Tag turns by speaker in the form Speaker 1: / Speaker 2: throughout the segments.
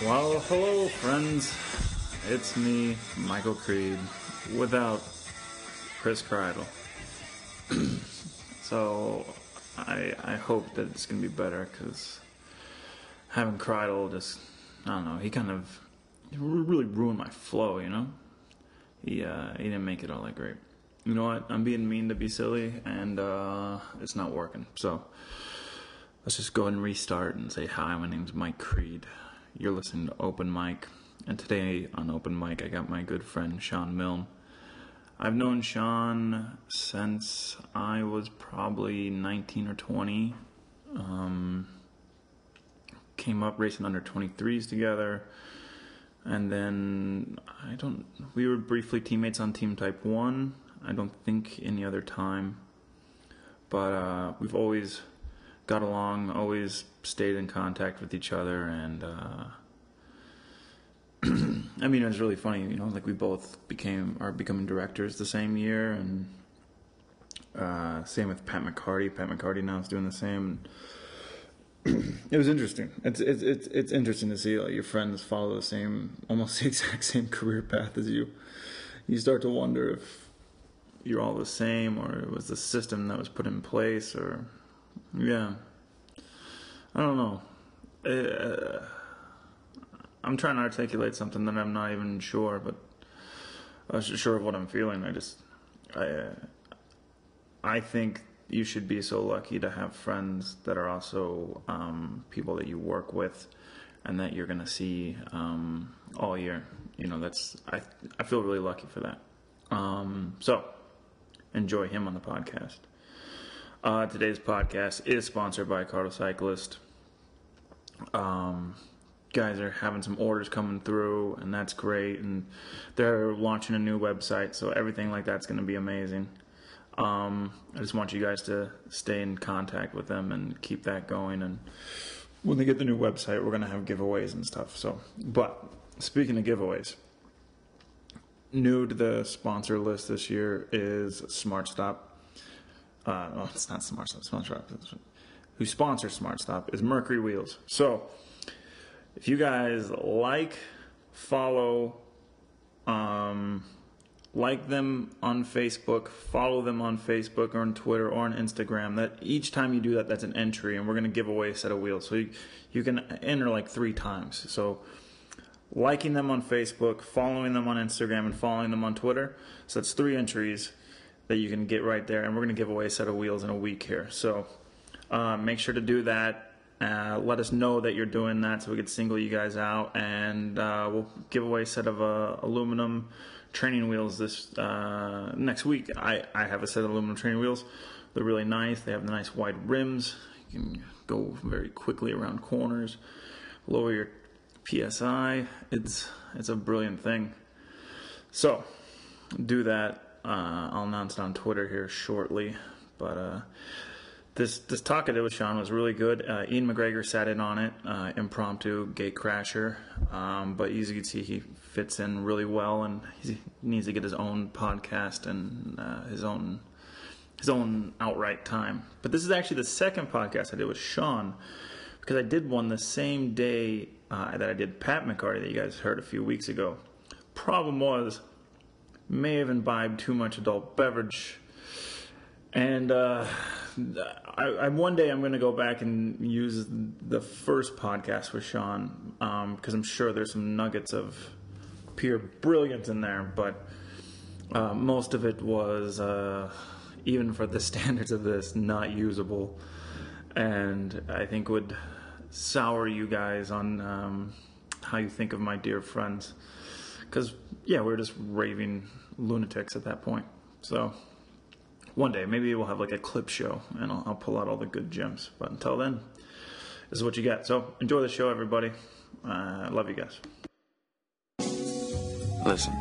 Speaker 1: hello, friends. It's me, Michael Creed, without Chris Cridle. so I I hope that it's gonna be better because having Cridle just I don't know he kind of he re- really ruined my flow, you know. He uh, he didn't make it all that great. You know what? I'm being mean to be silly, and uh, it's not working. So let's just go ahead and restart and say hi. My name's Mike Creed. You're listening to Open Mic, and today on Open Mic, I got my good friend Sean Milne. I've known Sean since I was probably 19 or 20. Um, came up racing under 23s together. And then I don't, we were briefly teammates on Team Type 1. I don't think any other time. But uh, we've always got along, always stayed in contact with each other. And uh, I mean, it was really funny, you know, like we both became, are becoming directors the same year. And uh, same with Pat McCarty. Pat McCarty now is doing the same. It was interesting. It's it's it's it's interesting to see like your friends follow the same, almost the exact same career path as you. You start to wonder if you're all the same, or it was the system that was put in place, or yeah, I don't know. Uh, I'm trying to articulate something that I'm not even sure, but I'm s- sure of what I'm feeling. I just I uh, I think you should be so lucky to have friends that are also um, people that you work with and that you're going to see um, all year. You know, that's, I, I feel really lucky for that. Um, so enjoy him on the podcast. Uh, today's podcast is sponsored by Cardo Cyclist. Um, guys are having some orders coming through, and that's great. And they're launching a new website, so everything like that's going to be amazing. Um, I just want you guys to stay in contact with them and keep that going. And when they get the new website, we're gonna have giveaways and stuff. So, but speaking of giveaways, new to the sponsor list this year is Smart Stop. Uh, no, it's not Smart Stop. Smart Stop. Who sponsors Smart Stop is Mercury Wheels. So, if you guys like, follow, um, like them on Facebook, follow them on Facebook or on Twitter or on Instagram. That each time you do that, that's an entry, and we're going to give away a set of wheels. So you, you can enter like three times. So liking them on Facebook, following them on Instagram, and following them on Twitter. So that's three entries that you can get right there, and we're going to give away a set of wheels in a week here. So uh, make sure to do that. Uh, let us know that you're doing that so we can single you guys out, and uh, we'll give away a set of uh, aluminum training wheels this uh, next week. I, I have a set of aluminum training wheels. They're really nice. They have the nice wide rims. You can go very quickly around corners. Lower your PSI. It's it's a brilliant thing. So do that. Uh, I'll announce it on Twitter here shortly. But uh, this this talk I did with Sean was really good. Uh, Ian McGregor sat in on it, uh, impromptu gate crasher. Um, but as you can see, he fits in really well, and he needs to get his own podcast and uh, his own his own outright time. But this is actually the second podcast I did with Sean because I did one the same day uh, that I did Pat McCarty that you guys heard a few weeks ago. Problem was, may have imbibed too much adult beverage. And uh, I, I, one day I'm going to go back and use the first podcast with Sean because I'm sure there's some nuggets of pure brilliance in there, but uh, most of it was, uh, even for the standards of this, not usable. And I think would sour you guys on um, how you think of my dear friends. Because, yeah, we were just raving lunatics at that point. So, one day, maybe we'll have like a clip show and I'll, I'll pull out all the good gems. But until then, this is what you get. So, enjoy the show, everybody. Uh, love you guys.
Speaker 2: Listen,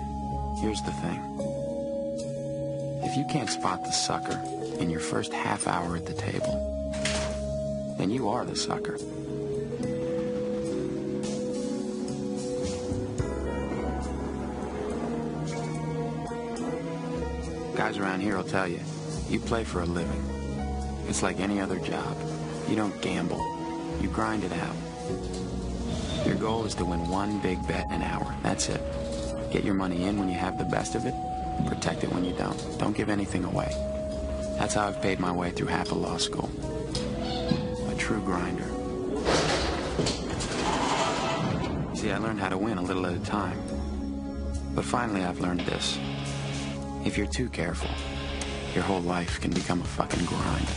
Speaker 2: here's the thing. If you can't spot the sucker in your first half hour at the table, then you are the sucker. Guys around here will tell you, you play for a living. It's like any other job. You don't gamble. You grind it out. Your goal is to win one big bet an hour. That's it. Get your money in when you have the best of it. Protect it when you don't. Don't give anything away. That's how I've paid my way through half of law school. A true grinder. See, I learned how to win a little at a time. But finally, I've learned this. If you're too careful, your whole life can become a fucking grind.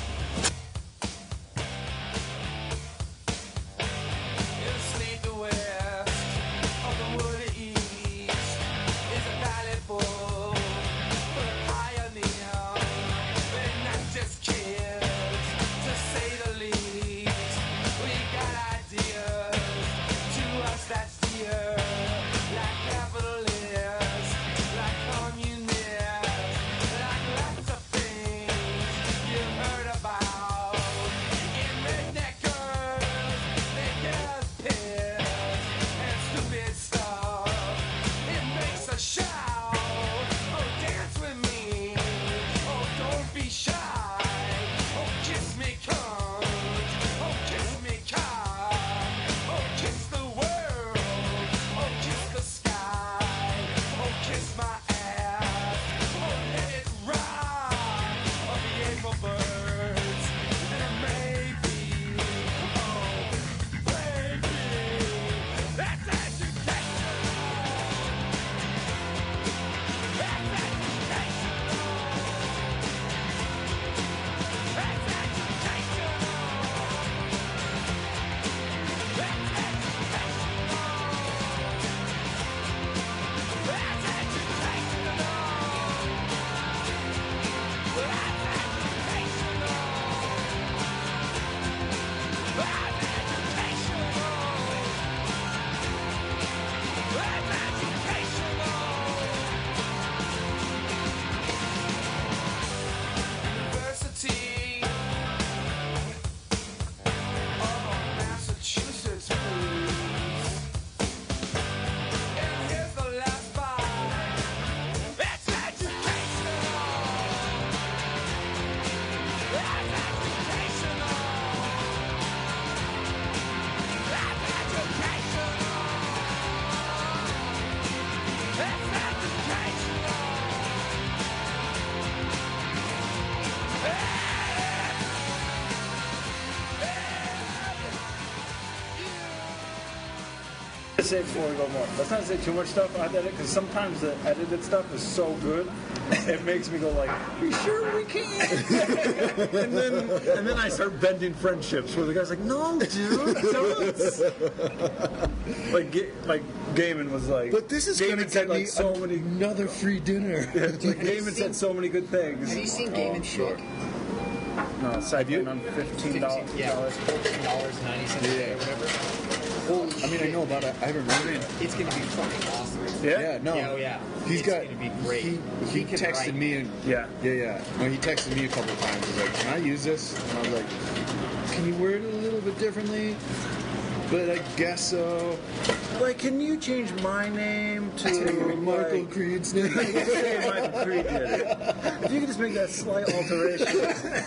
Speaker 3: oh,
Speaker 4: say before we go more. Let's not say too much stuff on edit because sometimes the edited stuff is so good, it makes me go like, "We sure we can?" and then and then I start bending friendships where the guy's like, "No, dude, don't." like Ga- like Gaiman was like,
Speaker 5: But this is
Speaker 4: Gaiman
Speaker 5: going to
Speaker 4: said,
Speaker 5: get
Speaker 4: like
Speaker 5: me
Speaker 4: so many.
Speaker 5: another free dinner.
Speaker 4: Yeah, it's like
Speaker 6: Have you
Speaker 4: Gaiman
Speaker 6: seen-
Speaker 4: said so many good things.
Speaker 6: Have you seen
Speaker 4: Oh,
Speaker 6: Game
Speaker 4: I'm
Speaker 6: and
Speaker 4: sure.
Speaker 6: Chick?
Speaker 4: No, Cyberpunk on fifteen dollars.
Speaker 6: Yeah, fourteen dollars ninety cents
Speaker 5: Yeah.
Speaker 6: or whatever.
Speaker 5: I mean, I know about it. I haven't read it.
Speaker 6: It's gonna be fucking awesome.
Speaker 4: Yeah.
Speaker 5: Yeah, no.
Speaker 6: Yeah, oh, yeah.
Speaker 5: He's
Speaker 6: It's
Speaker 5: got.
Speaker 6: gonna be great.
Speaker 5: He, he,
Speaker 6: He can
Speaker 5: texted
Speaker 6: write.
Speaker 5: me and
Speaker 4: Yeah.
Speaker 5: yeah, yeah. No, he texted me a couple of times. He's like, "Can I use this?" And I was like, "Can you word it a little bit differently?" But I guess so.
Speaker 4: Like, can you change my name to
Speaker 5: Michael
Speaker 4: like,
Speaker 5: Creed's name.
Speaker 4: say Michael Creed did it. If you could just make that slight alteration.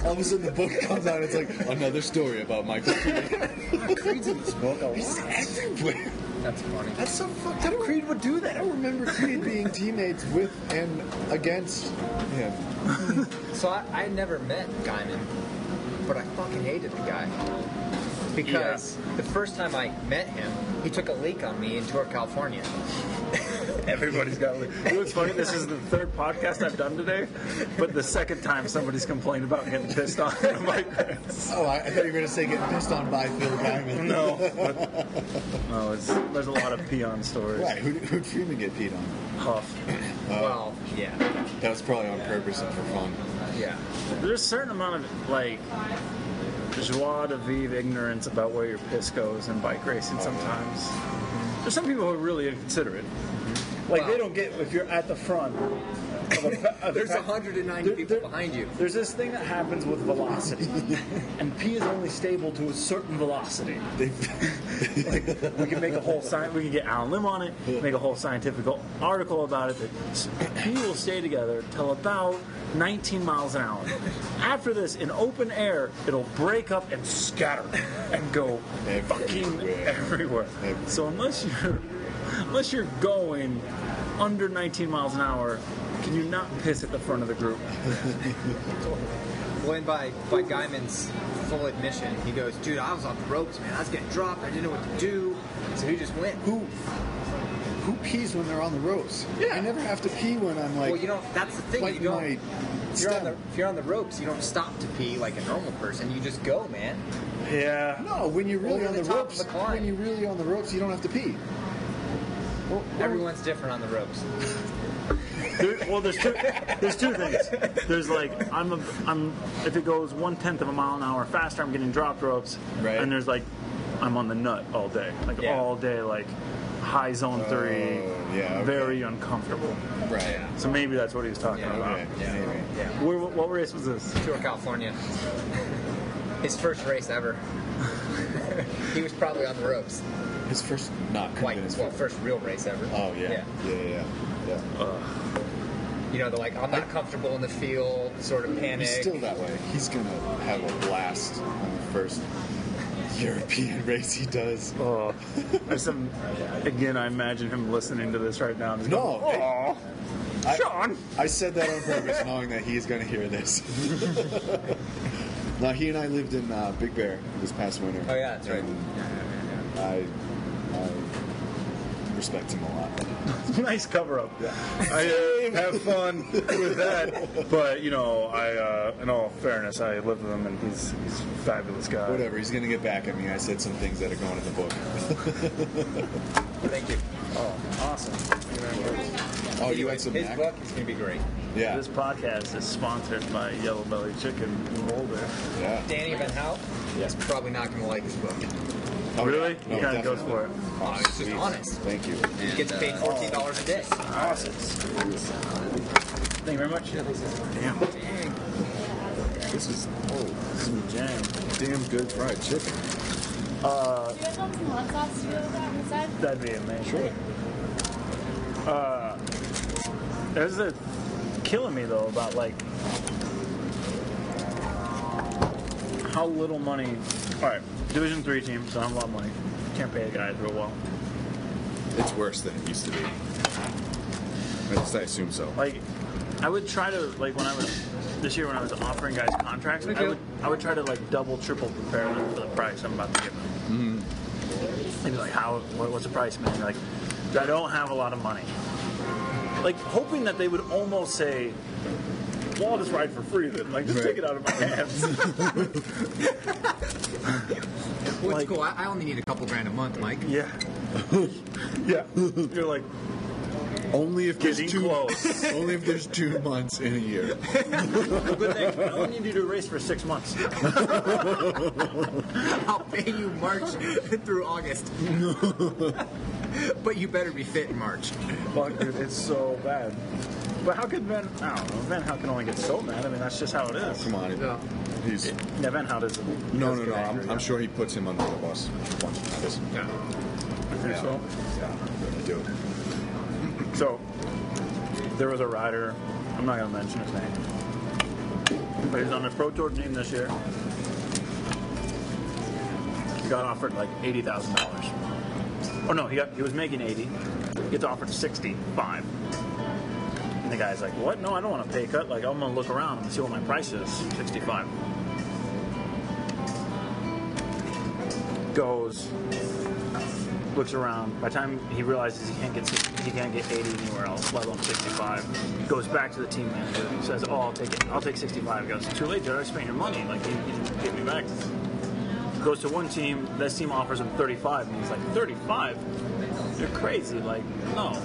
Speaker 5: All of a sudden, the book comes out. It's like another story about Michael Creed.
Speaker 4: Creed's in this book a
Speaker 5: He's
Speaker 4: lot.
Speaker 5: everywhere.
Speaker 4: That's funny.
Speaker 5: That's so fucked up. Creed would do that. I don't remember Creed being teammates with and against him.
Speaker 6: So I, I never met Guyman, but I fucking hated the guy. Because the first time I met him, he took a leak on me in Tour California.
Speaker 4: Everybody's got. It was funny. This is the third podcast I've done today, but the second time somebody's complained about getting pissed off. I'm like,
Speaker 5: Oh, I, I thought you were gonna say get pissed on by Phil Diamond.
Speaker 4: no. But,
Speaker 1: Oh,
Speaker 4: no, it's, there's a lot of peon stories.
Speaker 5: Right, who who'd Freeman get peed on?
Speaker 4: Huff.
Speaker 6: well, yeah,
Speaker 5: That was probably on purpose and for fun.
Speaker 6: yeah.
Speaker 4: There's a certain amount of like joie de vivre ignorance about where your piss goes in bike racing sometimes. There's some people who are really inconsiderate. Like they
Speaker 6: Well-
Speaker 4: don't get if you're at the front.
Speaker 7: of a, of
Speaker 6: There's
Speaker 7: a-
Speaker 6: 190
Speaker 7: there-
Speaker 6: people
Speaker 7: there-
Speaker 6: behind you.
Speaker 7: There's this thing that happens with velocity, and p is only stable to a certain velocity. like, we can make a whole science. We can get Alan Lim on it. Make a whole scientific article about it. That s- p will stay together till about 19 miles an hour. After this, in open air, it'll break up and scatter and go fucking
Speaker 5: Everywhere.
Speaker 7: everywhere. So unless you're unless you're going under 19 miles an hour, can you not piss at the front of the group?
Speaker 6: Well, and by, by Guyman's full admission, he goes, dude, I was off the ropes, man. I was getting dropped. I didn't know what to do. So he just went.
Speaker 5: Who who pees when they're on the ropes?
Speaker 6: Yeah.
Speaker 5: I never have to pee when I'm like
Speaker 6: Well, you don't, that's the thing. You
Speaker 5: biting
Speaker 6: don't,
Speaker 5: my
Speaker 6: if you're, on
Speaker 5: stem.
Speaker 6: the, if you're on the ropes, you don't stop to pee like a normal person. You just go, man.
Speaker 7: Yeah.
Speaker 5: No, when you're really
Speaker 6: Over
Speaker 5: on
Speaker 6: the
Speaker 5: the,
Speaker 6: top of
Speaker 5: ropes,
Speaker 6: the climb.
Speaker 5: when you're really on the ropes, you don't have to pee.
Speaker 6: Everyone's different on the ropes.
Speaker 7: There, well, there's two. There's two things. There's like I'm a, I'm if it goes one tenth of a mile an hour faster, I'm getting drop ropes.
Speaker 5: Right.
Speaker 7: And there's like I'm on the nut all day, like
Speaker 6: Yeah.
Speaker 7: all day, like high zone three,
Speaker 5: Oh, yeah, okay.
Speaker 7: very uncomfortable.
Speaker 5: Right.
Speaker 7: So maybe that's what he was talking
Speaker 6: Yeah,
Speaker 7: about.
Speaker 5: Okay. Yeah.
Speaker 6: Yeah.
Speaker 7: Where, what race was this?
Speaker 6: Tour California. His first race ever. he was probably on the ropes.
Speaker 5: His first not
Speaker 6: Like,
Speaker 5: convinced.
Speaker 6: well, first real race ever.
Speaker 5: Oh yeah. Yeah. Yeah. Yeah. yeah.
Speaker 6: You know, the like, I'm not comfortable in the field, sort of panic.
Speaker 5: He's still that way. He's gonna have a blast on the first European race he does.
Speaker 7: Oh, there's some. Again, I imagine him listening to this right now. and he's
Speaker 5: No,
Speaker 7: going,
Speaker 5: they-
Speaker 7: "Aw,
Speaker 5: I-
Speaker 7: Sean.
Speaker 5: I said that on purpose, knowing that he's going to hear this. now he and I lived in uh, Big Bear this past winter.
Speaker 6: Oh, yeah, that's right.
Speaker 5: And I, I respect him a lot.
Speaker 7: nice cover up. I uh, have fun with that, but you know, I, uh, in all fairness, I live with him, and he's he's a fabulous guy.
Speaker 5: Whatever, he's going to get back at me. I said some things that are going in the book.
Speaker 6: Thank you.
Speaker 7: Awesome.
Speaker 5: Oh, you
Speaker 6: Anyway,
Speaker 5: had some
Speaker 6: his
Speaker 5: Mac?
Speaker 6: book is going to be great.
Speaker 5: Yeah,
Speaker 1: This podcast is sponsored by Yellow Belly Chicken in Boulder.
Speaker 5: yeah.
Speaker 6: Danny Van Hout is probably not going to like this book.
Speaker 5: Oh,
Speaker 7: really?
Speaker 5: No,
Speaker 7: he kind
Speaker 5: definitely.
Speaker 7: of goes for it.
Speaker 6: Oh, it's just
Speaker 5: Sweet.
Speaker 6: honest.
Speaker 5: Thank you.
Speaker 6: He gets paid $14 a day.
Speaker 7: Awesome. Thank you very much. Damn.
Speaker 5: This is oh,
Speaker 7: This is jam.
Speaker 5: damn good fried chicken.
Speaker 3: Do you guys want some hot sauce to go with that on the side?
Speaker 7: That'd be amazing. Sure. Uh, there's a killing me though about like how little money. All right, Division Three teams don't have a lot of money. Can't pay the guys real well.
Speaker 8: It's worse than it used to be. At least I assume so.
Speaker 7: Like, I would try to like when I was this year when I was offering guys contracts, I would I would try to like double triple prepare them for the price I'm about to give them. They'd be like, how? What, what's the price, man? They're like, I don't have a lot of money. Like hoping that they would almost say, "Well, I'll just ride for free then. Like, just
Speaker 8: Right.
Speaker 7: take it out of my hands."
Speaker 6: Well,
Speaker 7: Like-
Speaker 6: it's cool. I, I only need a couple grand a month, Mike.
Speaker 7: yeah. yeah. You're like
Speaker 8: Only if there's
Speaker 7: getting
Speaker 8: two.
Speaker 7: close.
Speaker 8: Only if there's two months in a year.
Speaker 7: Good thing. I only need you to race for six months.
Speaker 6: I'll pay you March through August. but you better be fit in March.
Speaker 7: Fuck, dude, it's so bad. But how could Van? I don't know. Van Hout can only get so mad. I mean, that's just how it is.
Speaker 8: Come on.
Speaker 6: Yeah.
Speaker 8: He's,
Speaker 7: Yeah, Van Hout is.
Speaker 8: no, no, no. I'm, I'm sure he puts him under the bus. a bunch of times.
Speaker 7: So,
Speaker 8: Dude.
Speaker 7: so there was a rider. I'm not gonna mention his name, but he's on the Pro Tour team this year. He got offered like eighty thousand dollars. Oh no, he got he was making eighty. Gets offered sixty-five. And the guy's like, "What? No, I don't want to pay cut. Like, I'm gonna look around and see what my price is. Sixty-five. Goes, looks around. By the time he realizes he can't get 60, he can't get 80 anywhere else, let alone 65, goes back to the team manager. Says, "Oh, I'll take it. I'll take 65." Goes, "Too late, dude. I spent your money. Like, you, you didn't give me back." Goes to one team. This team offers him 35, and he's like, "35? You're crazy. Like, no."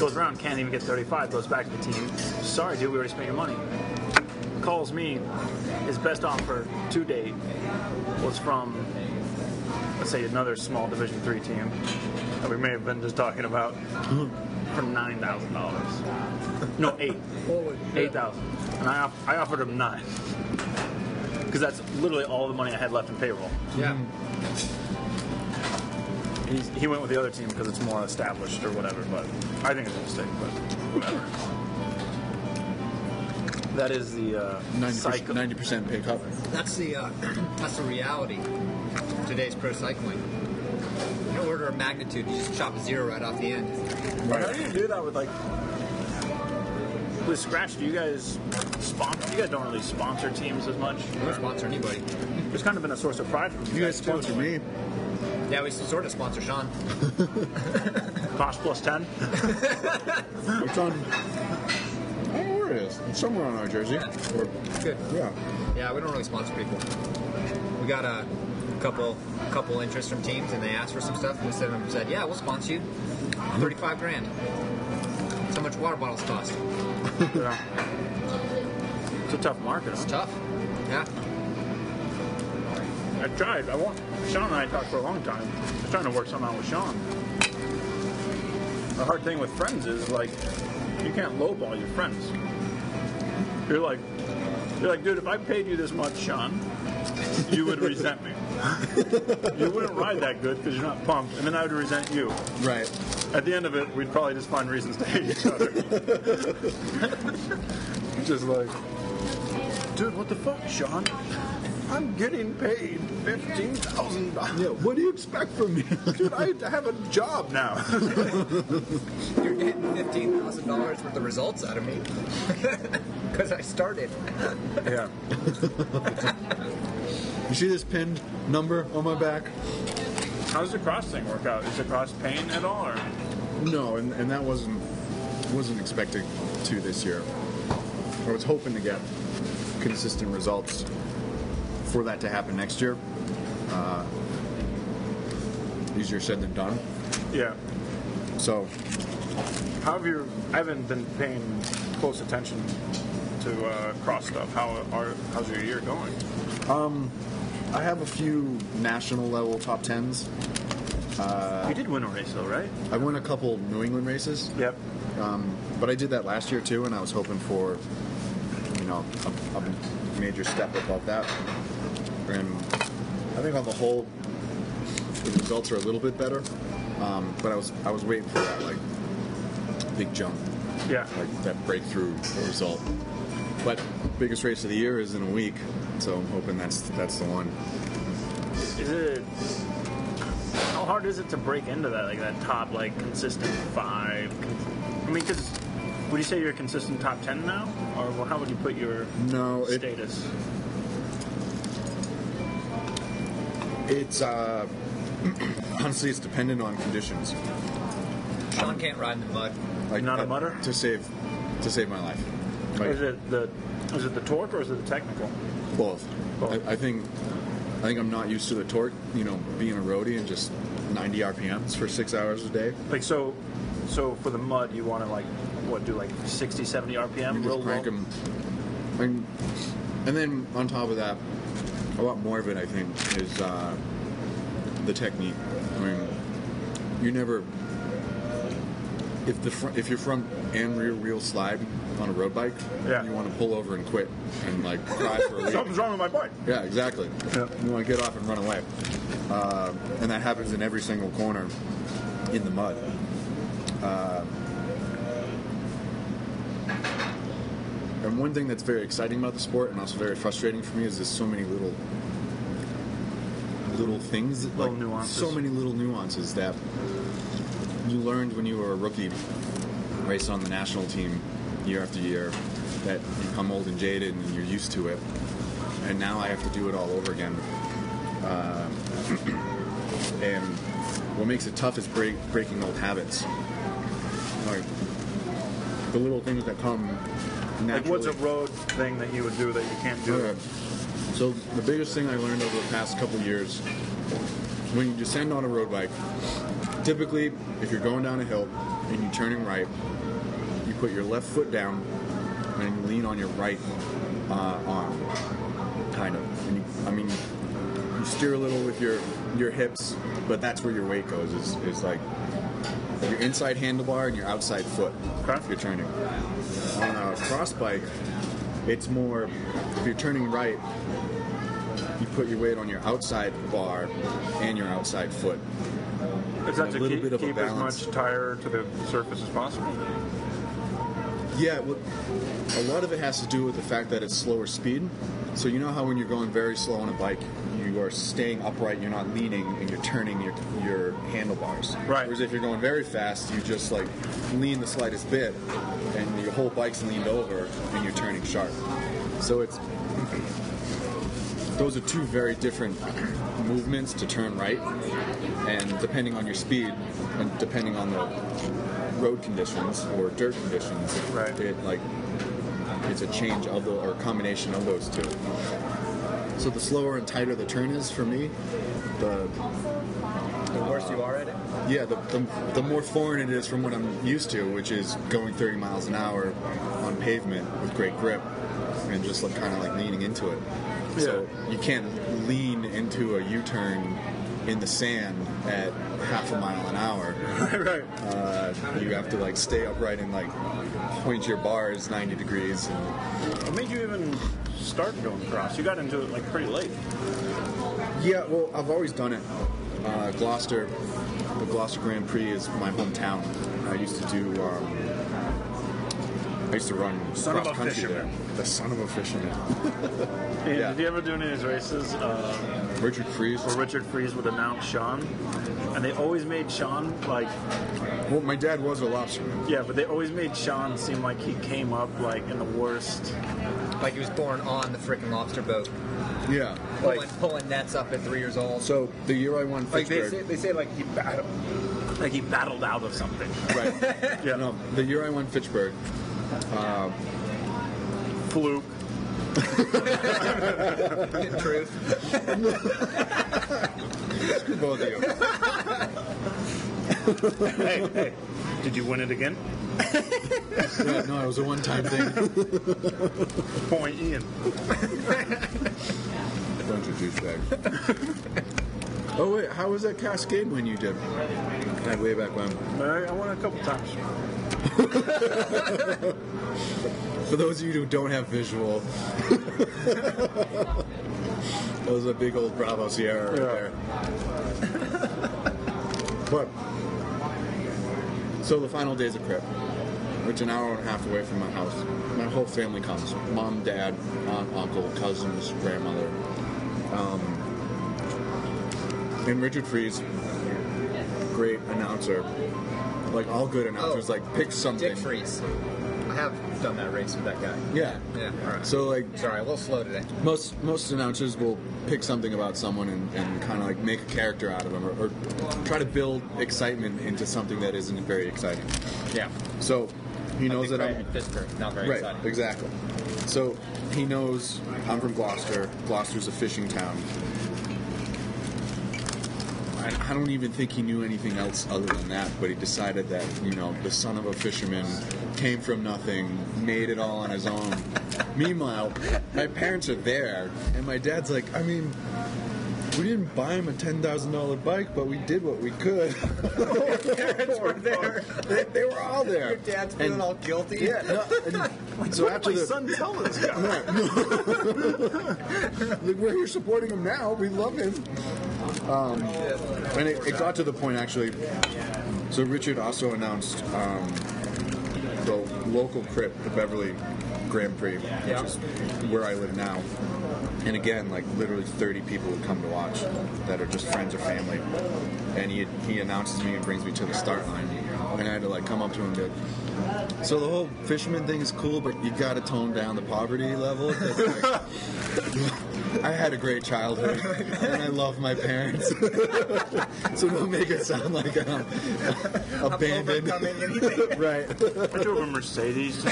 Speaker 7: Goes around, can't even get 35. Goes back to the team. Sorry, dude. We already spent your money. Calls me. His best offer to date was from let's say another small Division three team that we may have been just talking about, for nine thousand dollars. No, eight.
Speaker 6: Holy
Speaker 7: Eight thousand. And I, off- I offered him nine. Because that's literally all the money I had left in payroll.
Speaker 6: Yeah.
Speaker 7: He's, he went with the other team because it's more established or whatever, but I think it's a mistake, but whatever. That is the uh, cycle.
Speaker 5: 90 percent pay cover.
Speaker 6: That's the uh, that's the reality of today's pro cycling. In order of magnitude, you just chop a zero right off the end.
Speaker 7: Right. How do you do that with like with scratch? Do you guys sponsor? You guys don't really sponsor teams as much.
Speaker 6: We don't sponsor anybody.
Speaker 7: It's kind of been a source of pride for
Speaker 5: You guys sponsor me.
Speaker 6: Yeah, we sort of sponsor Sean.
Speaker 7: Cost plus ten.
Speaker 5: It's on. I don't know where it is. It's somewhere on our jersey. Or,
Speaker 6: Good.
Speaker 5: yeah.
Speaker 6: Yeah, we don't really sponsor people. We got a couple couple interests from teams, and they asked for some stuff, and we sent them said, "Yeah, we'll sponsor you. Thirty-five grand. That's how much water bottles cost.
Speaker 7: yeah. um, It's a tough market.
Speaker 6: It's
Speaker 7: Huh?
Speaker 6: tough. Yeah.
Speaker 7: I tried. I want Sean and I talked for a long time. I was trying to work something out with Sean. The hard thing with friends is like you can't lowball your friends. You're like you're like, dude, if I paid you this much, Sean, you would resent me. you wouldn't ride that good because you're not pumped, and then I would resent you.
Speaker 5: Right.
Speaker 7: At the end of it, we'd probably just find reasons to hate each other. just like, dude, what the fuck, Sean? I'm getting paid fifteen thousand dollars.
Speaker 5: Yeah. What do you expect from me?
Speaker 7: Dude, I have a job now.
Speaker 6: You're getting fifteen thousand dollars worth of results out of me because I started.
Speaker 7: yeah.
Speaker 5: you see this pinned number on my back?
Speaker 7: How does the cross thing work out? Is the cross pain at all? Or?
Speaker 5: No, and, and that wasn't wasn't expected to this year. I was hoping to get consistent results for that to happen next year. Uh, easier said than done.
Speaker 7: Yeah.
Speaker 5: So
Speaker 7: How have you? I haven't been paying close attention to uh, cross stuff. How are? How's your year going?
Speaker 5: I have a few national level top tens.
Speaker 7: you did win a race though, right?
Speaker 5: I won a couple New England races,
Speaker 7: Yep.
Speaker 5: but I did that last year too, and I was hoping for you know a, a major step above that. And I think on the whole, the results are a little bit better. Um, but I was I was waiting for that like big jump,
Speaker 7: Yeah.
Speaker 5: like that breakthrough result. But biggest race of the year is in a week, so I'm hoping that's that's the one.
Speaker 7: Is it? How hard is it to break into that? Like that top, like consistent five. Cons- I mean, because would you say you're a consistent top ten now, or well, how would you put your
Speaker 5: No, it-
Speaker 7: status?
Speaker 5: It's uh, honestly it's dependent on conditions.
Speaker 6: Sean can't ride in the mud.
Speaker 5: Like
Speaker 7: Not a
Speaker 5: uh,
Speaker 7: mutter?
Speaker 5: to save to save my life. Like,
Speaker 7: Is it the? Is it the torque or is it the technical?
Speaker 5: Both.
Speaker 7: Both.
Speaker 5: I, I think I think I'm not used to the torque. You know, being a roadie and just 90 RPMs for six hours a day.
Speaker 7: Like so, so for the mud, you want to like what do like 60, 70 RPM,
Speaker 5: You
Speaker 7: real
Speaker 5: just crank
Speaker 7: low.
Speaker 5: 'em. And, and then on top of that, a lot more of it I think is uh, the technique. I mean, you never if the front, if your front and rear wheel slide on a road bike,
Speaker 7: Yeah.
Speaker 5: you want to pull over and quit and like cry for a week.
Speaker 7: Something's wrong with my bike.
Speaker 5: Yeah, exactly.
Speaker 7: Yeah.
Speaker 5: You want to get off and run away. Uh, and that happens in every single corner in the mud. Uh, and one thing that's very exciting about the sport and also very frustrating for me is there's so many little little things that, like
Speaker 7: Little nuances.
Speaker 5: so many little nuances that you learned when you were a rookie race on the national team year after year that you become old and jaded and you're used to it and now i have to do it all over again uh, and what makes it tough is break, breaking old habits like the little things that come naturally.
Speaker 7: Like what's a road thing that you would do that you can't do?
Speaker 5: Okay. So the biggest thing I learned over the past couple years, when you descend on a road bike, typically if you're going down a hill and you're turning right, you put your left foot down and you lean on your right uh, arm, kind of. And you, I mean, you steer a little with your your hips, but that's where your weight goes. Is is like your inside handlebar and your outside foot if you're turning. On a cross bike, it's more if you're turning right, you put your weight on your outside bar and your outside foot.
Speaker 9: It's not
Speaker 5: A
Speaker 9: to
Speaker 5: little
Speaker 9: keep,
Speaker 5: bit of a
Speaker 9: keep as
Speaker 5: balance.
Speaker 9: much tire to the surface as possible.
Speaker 5: Yeah, well, a lot of it has to do with the fact that it's slower speed. So you know how when you're going very slow on a bike, you are staying upright, you're not leaning, and you're turning your your handlebars.
Speaker 9: Right.
Speaker 5: Whereas if you're going very fast, you just like lean the slightest bit, and your whole bike's leaned over, and you're turning sharp. So it's those are two very different movements to turn right, and depending on your speed, and depending on the road conditions or dirt conditions,
Speaker 9: Right.
Speaker 5: it like it's a change of the or a combination of those two. So the slower and tighter the turn is for me, the
Speaker 6: The worse you are at it.
Speaker 5: yeah, the, the, the more foreign it is from what I'm used to, which is going 30 miles an hour on pavement with great grip and just like kind of like leaning into it. So you can't lean into a U-turn in the sand at half a mile an hour.
Speaker 9: right.
Speaker 5: Uh, you have to like stay upright and like point your bars 90 degrees. And,
Speaker 9: What made you even start going cross? You got into it like pretty late.
Speaker 5: Yeah, well, I've always done it. Uh, Gloucester, the Gloucester Grand Prix is my hometown. I used to do. Um, I used to run
Speaker 9: Son of
Speaker 5: cross
Speaker 9: a
Speaker 5: country
Speaker 9: fisherman.
Speaker 5: there. The son of a fisherman,
Speaker 9: And
Speaker 5: Yeah.
Speaker 9: Did you ever do any of these races uh,
Speaker 5: Richard Fries.
Speaker 9: where Richard Fries would announce Sean? And they always made Sean like
Speaker 5: Well, my dad was a lobsterman.
Speaker 9: yeah, but they always made Sean seem like he came up like in the worst.
Speaker 6: Like he was born on the freaking lobster boat,
Speaker 5: Yeah.
Speaker 6: pulling,
Speaker 10: Like-
Speaker 6: pulling nets up at three years old.
Speaker 5: So the year I won
Speaker 10: Like they
Speaker 5: Fitchburg,
Speaker 10: say, they say like he battled.
Speaker 9: Like he battled out of something.
Speaker 5: right?
Speaker 9: Yeah,
Speaker 5: No, the year I won Fitchburg, um,
Speaker 9: fluke.
Speaker 6: in truth,
Speaker 5: both of you.
Speaker 9: hey, hey, did you win it again?
Speaker 5: Yeah, no, it was a one-time thing.
Speaker 9: Point Ian.
Speaker 5: Bunch of douchebag. oh wait, how was that Cascade when you did? Like way back when.
Speaker 9: I, I won a couple times.
Speaker 5: For those of you who don't have visual, that was a big old Bravo Sierra right there. but so the final days of prep, which an hour and a half away from my house, my whole family comes: mom, dad, aunt, uncle, cousins, grandmother. Um, and Richard Fries, great announcer, like all good announcers,
Speaker 6: Oh,
Speaker 5: like pick something.
Speaker 6: Dick Freeze. I have done that race with that guy.
Speaker 5: Yeah.
Speaker 6: Yeah. All right.
Speaker 5: So like
Speaker 6: Sorry, a little slow today.
Speaker 5: Most most announcers will pick something about someone and, and kind of like make a character out of them or, or try to build excitement into something that isn't very exciting.
Speaker 6: Yeah.
Speaker 5: So he knows that I'm
Speaker 6: in Pittsburgh. Not very
Speaker 5: right,
Speaker 6: exciting.
Speaker 5: exactly. So he knows I'm from Gloucester. Gloucester's a fishing town. I, I don't even think he knew anything else other than that, but he decided that you know the son of a fisherman came from nothing, made it all on his own. Meanwhile, my parents are there, and my dad's like, I mean. We didn't buy him a ten thousand dollar bike, but we did what we could.
Speaker 6: Parents were there.
Speaker 5: they, they were all there.
Speaker 6: Your dad's feeling
Speaker 5: And-
Speaker 6: all guilty.
Speaker 5: Yeah. No, and so after
Speaker 9: my
Speaker 5: the
Speaker 9: son tell this guy?
Speaker 5: Look, we're here supporting him now. We love him. Um, and it, it got to the point, actually. So Richard also announced um, the local Crip, the Beverly Grand Prix,
Speaker 6: Yeah.
Speaker 5: which is where I live now. And again, like literally 30 people would come to watch that are just friends or family. And he, he announces me and brings me to the start line. And I had to like come up to him and be like, so the whole fisherman thing is cool, but you gotta tone down the poverty level. 'cause, like, I had a great childhood, and I love my parents. so don't make it sound like I'm abandoned.
Speaker 6: Overcoming anything.
Speaker 5: Right,
Speaker 9: I drove a Mercedes to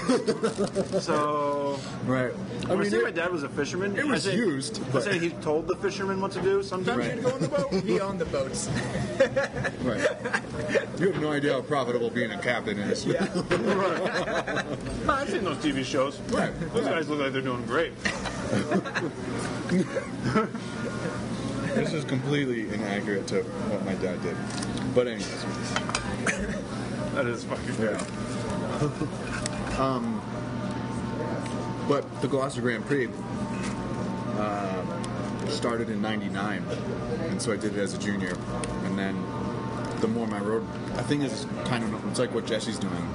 Speaker 9: school. so I
Speaker 5: right. I
Speaker 9: when I
Speaker 5: mean,
Speaker 9: say my
Speaker 5: it,
Speaker 9: dad was a fisherman,
Speaker 5: it was
Speaker 9: I say,
Speaker 5: used,
Speaker 9: I
Speaker 5: but-
Speaker 9: say he told the fishermen what to do. Sometimes
Speaker 5: Right.
Speaker 9: he'd go on the boat.
Speaker 6: He owned the boats.
Speaker 5: right. You have no idea how profitable being a captain is.
Speaker 6: Yeah.
Speaker 9: No, I've seen those TV shows.
Speaker 5: Right.
Speaker 9: Those guys look like they're doing great.
Speaker 5: This is completely inaccurate to what my dad did. But anyways,
Speaker 7: That is fucking good.
Speaker 5: Yeah. um, but the Gloucester Grand Prix uh, started in '99, and so I did it as a junior. And then the more my road, I think is kind of it's like what Jesse's doing.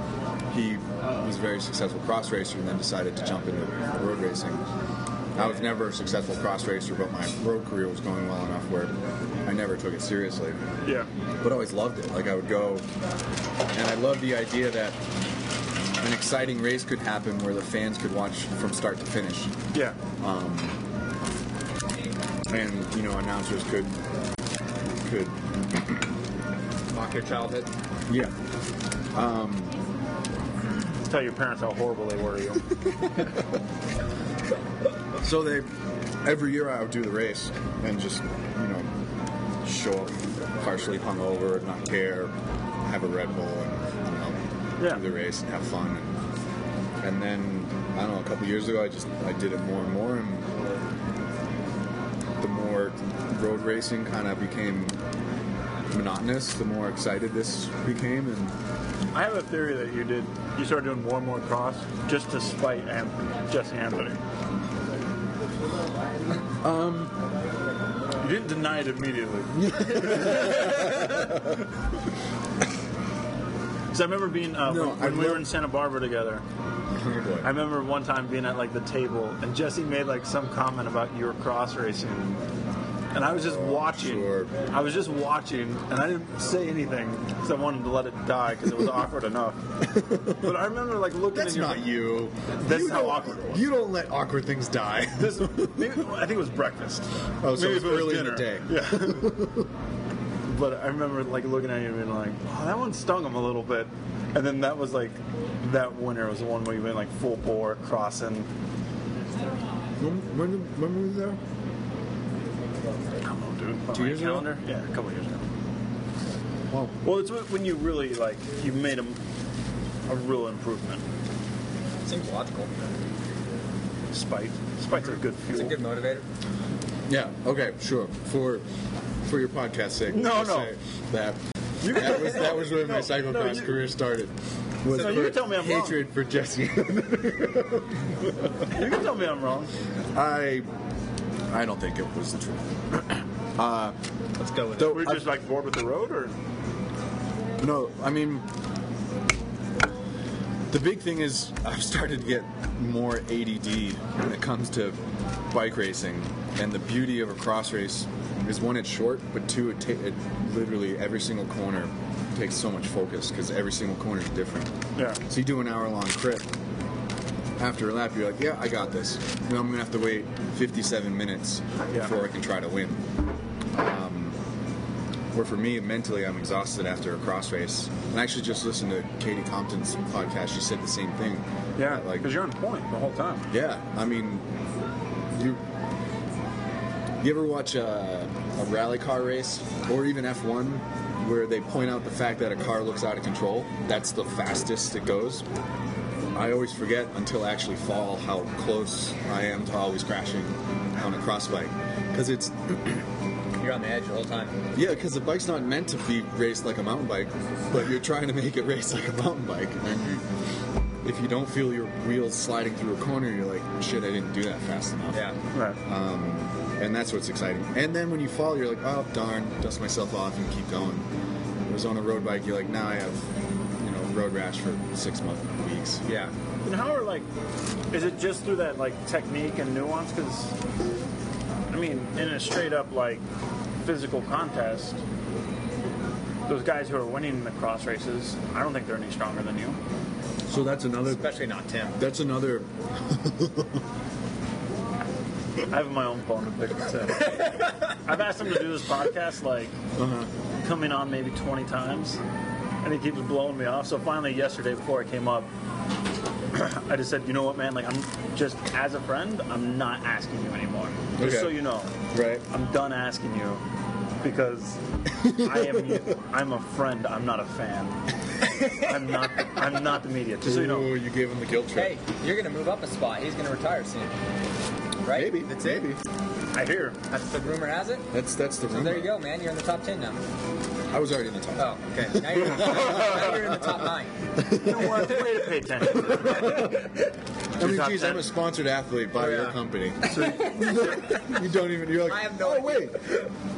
Speaker 5: He was a very successful cross racer, and then decided to jump into road racing. I was never a successful cross racer, but my road career was going well enough where I never took it seriously
Speaker 7: Yeah.
Speaker 5: but always loved it. Like I would go, and I loved the idea that an exciting race could happen where the fans could watch from start to finish,
Speaker 7: Yeah.
Speaker 5: and you know announcers could could
Speaker 6: Mock your childhood.
Speaker 5: yeah
Speaker 7: Tell your parents how horrible they were to you.
Speaker 5: So they, every year I would do the race and just, you know, show up partially hungover, and not care, have a Red Bull, and you know,
Speaker 7: Yeah.
Speaker 5: do the race and have fun. And, and then I don't know, a couple years ago, I just I did it more and more, and the more road racing kind of became monotonous, the more excited this became, and
Speaker 7: I have a theory that you did. You started doing one more cross just to spite Am- Jesse Anthony. Um, you didn't deny it immediately. Because I remember being uh,
Speaker 5: No,
Speaker 7: when,
Speaker 5: I
Speaker 7: when we
Speaker 5: love-
Speaker 7: were in Santa Barbara together.
Speaker 5: oh boy.
Speaker 7: I remember one time being at like the table, and Jesse made like some comment about your cross racing, and I was just watching.
Speaker 5: sure.
Speaker 7: I was just watching, and I didn't say anything because I wanted to let it die because it was awkward enough. But I remember like looking
Speaker 5: that's
Speaker 7: in your.
Speaker 5: not you.
Speaker 7: That's
Speaker 5: you
Speaker 7: how
Speaker 5: don't-
Speaker 7: awkward it was.
Speaker 5: You don't let awkward things die.
Speaker 7: This, maybe, I think it was breakfast.
Speaker 5: Oh, so
Speaker 7: Maybe
Speaker 5: it was
Speaker 7: if
Speaker 5: early in the
Speaker 7: dinner.
Speaker 5: day.
Speaker 7: Yeah. but I remember like looking at you and being like, oh, that one stung him a little bit. And then that was like, that winner was the one where you went like full bore crossing.
Speaker 5: When, when, when were we there?
Speaker 7: Come on, dude.
Speaker 5: Two years ago?
Speaker 7: calendar? Yeah, a couple years ago.
Speaker 5: Wow.
Speaker 7: Well, it's wh- when you really like you made a, a real improvement.
Speaker 6: Seems logical.
Speaker 7: Spite, spite's a good fuel.
Speaker 6: It's a good motivator.
Speaker 5: Yeah. Okay. Sure. For for your podcast sake.
Speaker 7: No,
Speaker 5: I'll
Speaker 7: no.
Speaker 5: say That that was that was where my cyclocross
Speaker 7: no, you-
Speaker 5: career started. Was
Speaker 7: No, you
Speaker 5: for
Speaker 7: tell me I'm wrong.
Speaker 5: hatred for Jesse.
Speaker 7: you can tell me I'm wrong.
Speaker 5: I I don't think it was the truth. Uh,
Speaker 6: Let's go with it.
Speaker 5: Though
Speaker 7: We're just like bored with the road, or
Speaker 5: No, I mean, the big thing is I've started to get more ADD when it comes to bike racing, and the beauty of a cross race is one, it's short, but two, it, ta- it literally every single corner takes so much focus because every single corner is different.
Speaker 7: yeah,
Speaker 5: So you do an hour long crit. After a lap, you're like, yeah, I got this. Now I'm gonna have to wait 57 minutes
Speaker 7: Yeah.
Speaker 5: before I can try to win. Um, where for me, mentally, I'm exhausted after a cross race. And I actually just listened to Katie Compton's podcast. She said the same thing.
Speaker 7: yeah,
Speaker 5: That, like,
Speaker 7: because you're on point the whole time.
Speaker 5: yeah, I mean, you. You ever watch a, a rally car race or even F1 where they point out the fact that a car looks out of control? That's the fastest it goes. I always forget until I actually fall how close I am to always crashing on a cross bike. Because it's,
Speaker 6: You're on the edge the whole time.
Speaker 5: yeah, because the bike's not meant to be raced like a mountain bike, but you're trying to make it race like a mountain bike. And if you don't feel your wheels sliding through a corner, you're like, shit, I didn't do that fast enough Um,
Speaker 6: Yeah.
Speaker 7: Right.
Speaker 5: and that's what's exciting. And then when you fall, you're like, oh darn, dust myself off and keep going. Whereas on a road bike, you're like, now I have, you know, road rash for six months, weeks.
Speaker 6: Yeah.
Speaker 7: and how are like, is it just through that like technique and nuance? Because I mean, in a straight up like physical contest, those guys who are winning the cross races, I don't think they're any stronger than you.
Speaker 5: So that's another.
Speaker 6: Especially not Tim.
Speaker 5: That's another.
Speaker 7: I have my own phone to pick up. So. I've asked him to do this podcast like coming on maybe 20 times, and he keeps blowing me off. So finally, yesterday before I came up, I just said, you know what, man? Like I'm just as a friend, I'm not asking you anymore.
Speaker 5: Okay.
Speaker 7: Just so you know,
Speaker 5: Right.
Speaker 7: I'm done asking you because I am I'm a friend. I'm not a fan. I'm not I'm not the media. Just so you know.
Speaker 5: Ooh, you gave him the guilt trip.
Speaker 6: Hey, you're gonna move up a spot. He's gonna retire soon. Right?
Speaker 5: Maybe.
Speaker 6: That's it.
Speaker 5: maybe.
Speaker 7: I hear.
Speaker 6: That's the rumor has it.
Speaker 5: That's that's the
Speaker 6: So
Speaker 5: rumor.
Speaker 6: there you go, man. You're in the top ten now.
Speaker 5: I was already in the top.
Speaker 6: Oh, okay. Now you're, now you're in the top nine.
Speaker 7: You know what? Way to pay attention.
Speaker 5: I mean,
Speaker 7: top
Speaker 5: geez, I'm
Speaker 7: ten.
Speaker 5: a sponsored athlete by
Speaker 6: Oh, yeah.
Speaker 5: your company. you don't even. You're like,
Speaker 6: I have no
Speaker 5: oh wait,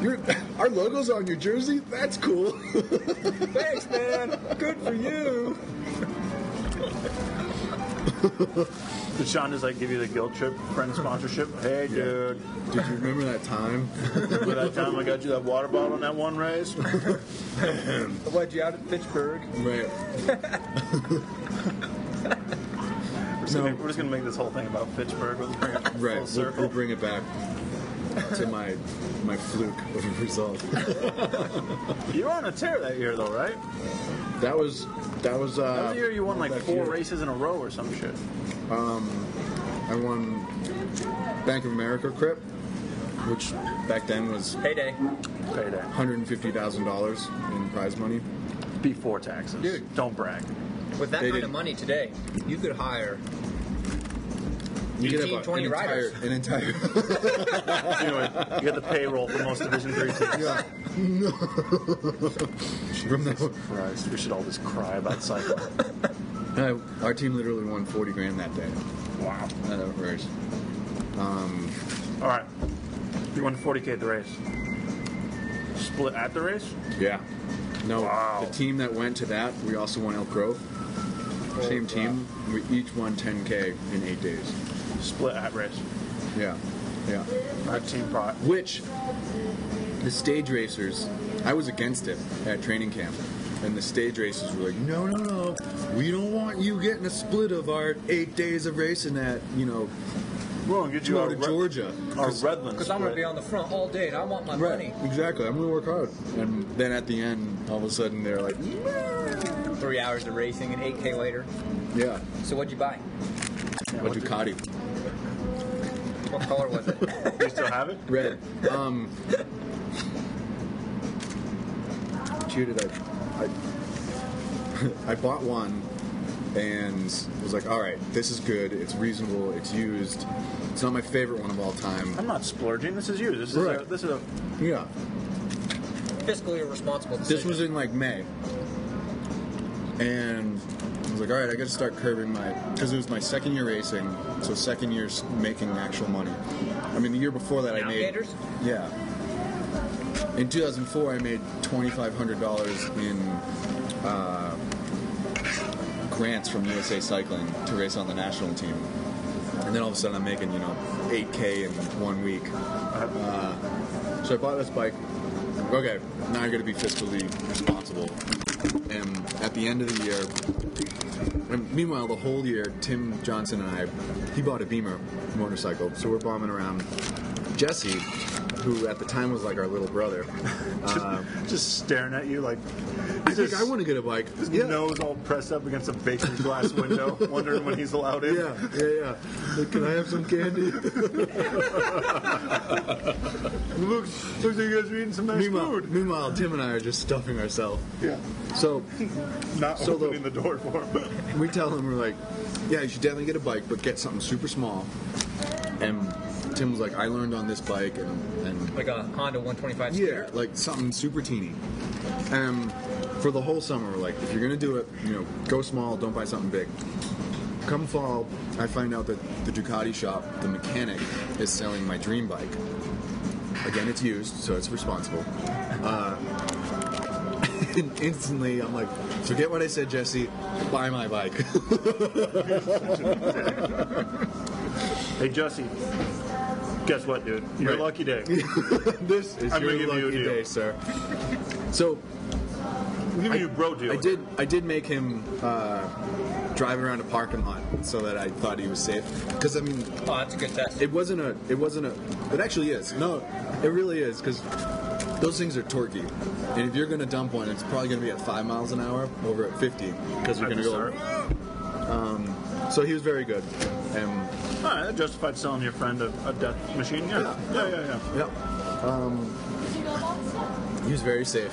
Speaker 5: your our logo's on your jersey. That's cool.
Speaker 6: Thanks, man. Good for you.
Speaker 7: Sean does like give you the guilt trip friend sponsorship. Hey, dude.
Speaker 5: Did you remember that time?
Speaker 7: Remember that time I got you that water bottle in that one race?
Speaker 6: Led you out at Pittsburgh.
Speaker 5: Right.
Speaker 7: We're just, gonna, we're just gonna make this whole thing about Pittsburgh. We'll bring it
Speaker 5: Right.
Speaker 7: full
Speaker 5: We'll- We'll,
Speaker 7: circle.
Speaker 5: bring it back to my my fluke of a result.
Speaker 7: You were on a tear that year, though, right?
Speaker 5: That was that was. Uh,
Speaker 7: That was the year you won like
Speaker 5: that
Speaker 7: four
Speaker 5: year.
Speaker 7: races in a row or some shit.
Speaker 5: I won Bank of America Crip, which back then was
Speaker 6: Payday.
Speaker 7: Payday.
Speaker 5: $150,000 in prize money.
Speaker 7: Before taxes.
Speaker 5: Dude.
Speaker 7: Don't brag.
Speaker 6: With that
Speaker 5: They
Speaker 6: kind
Speaker 5: didn't-
Speaker 6: of money today, you could hire.
Speaker 5: You
Speaker 6: 18,
Speaker 5: bu-
Speaker 6: 20
Speaker 5: an entire,
Speaker 6: riders.
Speaker 5: an entire
Speaker 7: Anyway, you get the payroll for most Division Three teams.
Speaker 5: yeah. No. From that,
Speaker 7: Christ, we should all just cry about cycling.
Speaker 5: uh, our team literally won 40 grand that day.
Speaker 7: wow.
Speaker 5: At that race.
Speaker 7: All right. You won 40k at the race. Split at the race?
Speaker 5: Yeah. No,
Speaker 7: Wow.
Speaker 5: the team that went to that, we also won Elk Grove. Same team. We each won 10K in eight days.
Speaker 7: Split at race.
Speaker 5: Yeah. Yeah.
Speaker 7: Our team pro.
Speaker 5: Which, the stage racers, I was against it at training camp. And the stage racers were like, no, no, no, we don't want you getting a split of our eight days of racing at, you know,
Speaker 7: We're gonna get you
Speaker 5: Go
Speaker 7: our
Speaker 5: to
Speaker 7: Red-
Speaker 5: Georgia.
Speaker 7: Our Redlands.
Speaker 6: Because I'm going to be on the front all day and I want my money.
Speaker 5: Exactly. I'm going to work hard. And then at the end, all of a sudden, they're like,
Speaker 6: Three hours of racing and 8K later.
Speaker 5: yeah,
Speaker 6: So what'd you buy?
Speaker 5: a Ducati.
Speaker 6: What color was it?
Speaker 7: You still have it?
Speaker 5: Red. Um. Cheated. I, I, I bought one and was like, all right, this is good. It's reasonable. It's used. It's not my favorite one of all time.
Speaker 7: I'm not splurging. This is you. This is a,
Speaker 5: Right.
Speaker 7: this is a
Speaker 5: Yeah.
Speaker 6: Fiscally irresponsible
Speaker 5: This
Speaker 6: decision.
Speaker 5: was in like May. And I was like, all right, I got to start curbing my. Because it was my second year racing, so second year s- making actual money. I mean, the year before that, I made.
Speaker 6: Alligators?
Speaker 5: Yeah. In 2004, I made $2,500 in uh, grants from USA Cycling to race on the national team. And then all of a sudden, I'm making, you know, 8K in one week. Uh, so I bought this bike. Okay, now I gotta be fiscally responsible. And at the end of the year, and meanwhile, the whole year, Tim Johnson and I, he bought a Beamer motorcycle, so we're bombing around. Jesse, who at the time was like our little brother,
Speaker 7: just staring at you like.
Speaker 5: I think I want to get a bike.
Speaker 7: His nose all pressed up against a bakery glass window, wondering when he's allowed in.
Speaker 5: Yeah, yeah, yeah. Like, can I have some candy?
Speaker 7: Looks, looks like you guys are eating some nice
Speaker 5: meanwhile,
Speaker 7: food.
Speaker 5: meanwhile, Tim and I are just stuffing ourselves.
Speaker 7: Yeah.
Speaker 5: So
Speaker 7: Not
Speaker 5: So the-
Speaker 7: opening the door for him.
Speaker 5: we tell him, we're like, yeah, you should definitely get a bike, but get something super small. And Tim was like, I learned on this bike, and, and
Speaker 6: like a Honda 125
Speaker 5: Yeah, like something super teeny. Um, for the whole summer, we're like, if you're gonna do it, you know, go small, don't buy something big. Come fall, I find out that the Ducati shop, the mechanic, is selling my dream bike. Again, it's used, so it's responsible. Uh, and instantly, I'm like, forget what I said, Jesse. Buy my bike.
Speaker 7: Hey, Jesse. Guess what, dude? Your
Speaker 5: Right.
Speaker 7: lucky day.
Speaker 5: this is
Speaker 7: I'm
Speaker 5: your
Speaker 7: gonna give you a
Speaker 5: lucky
Speaker 7: deal.
Speaker 5: day, sir. So
Speaker 7: I'm giving you a bro deal.
Speaker 5: I did. I did make him uh, drive around a parking lot so that I thought he was safe. Because I mean,
Speaker 6: Oh, that's a good test.
Speaker 5: it wasn't a. It wasn't a. It actually is. No, it really is. Because those things are torquey, and if you're gonna dump one, it's probably gonna be at five miles an hour over at fifty because you're
Speaker 7: At
Speaker 5: gonna
Speaker 7: the
Speaker 5: go. Um, so he was very good, and
Speaker 7: All right, that justified selling your friend a, a death machine. Yeah. Yeah, yeah, yeah.
Speaker 5: yep,
Speaker 3: Did you know that stuff?
Speaker 5: he was very safe.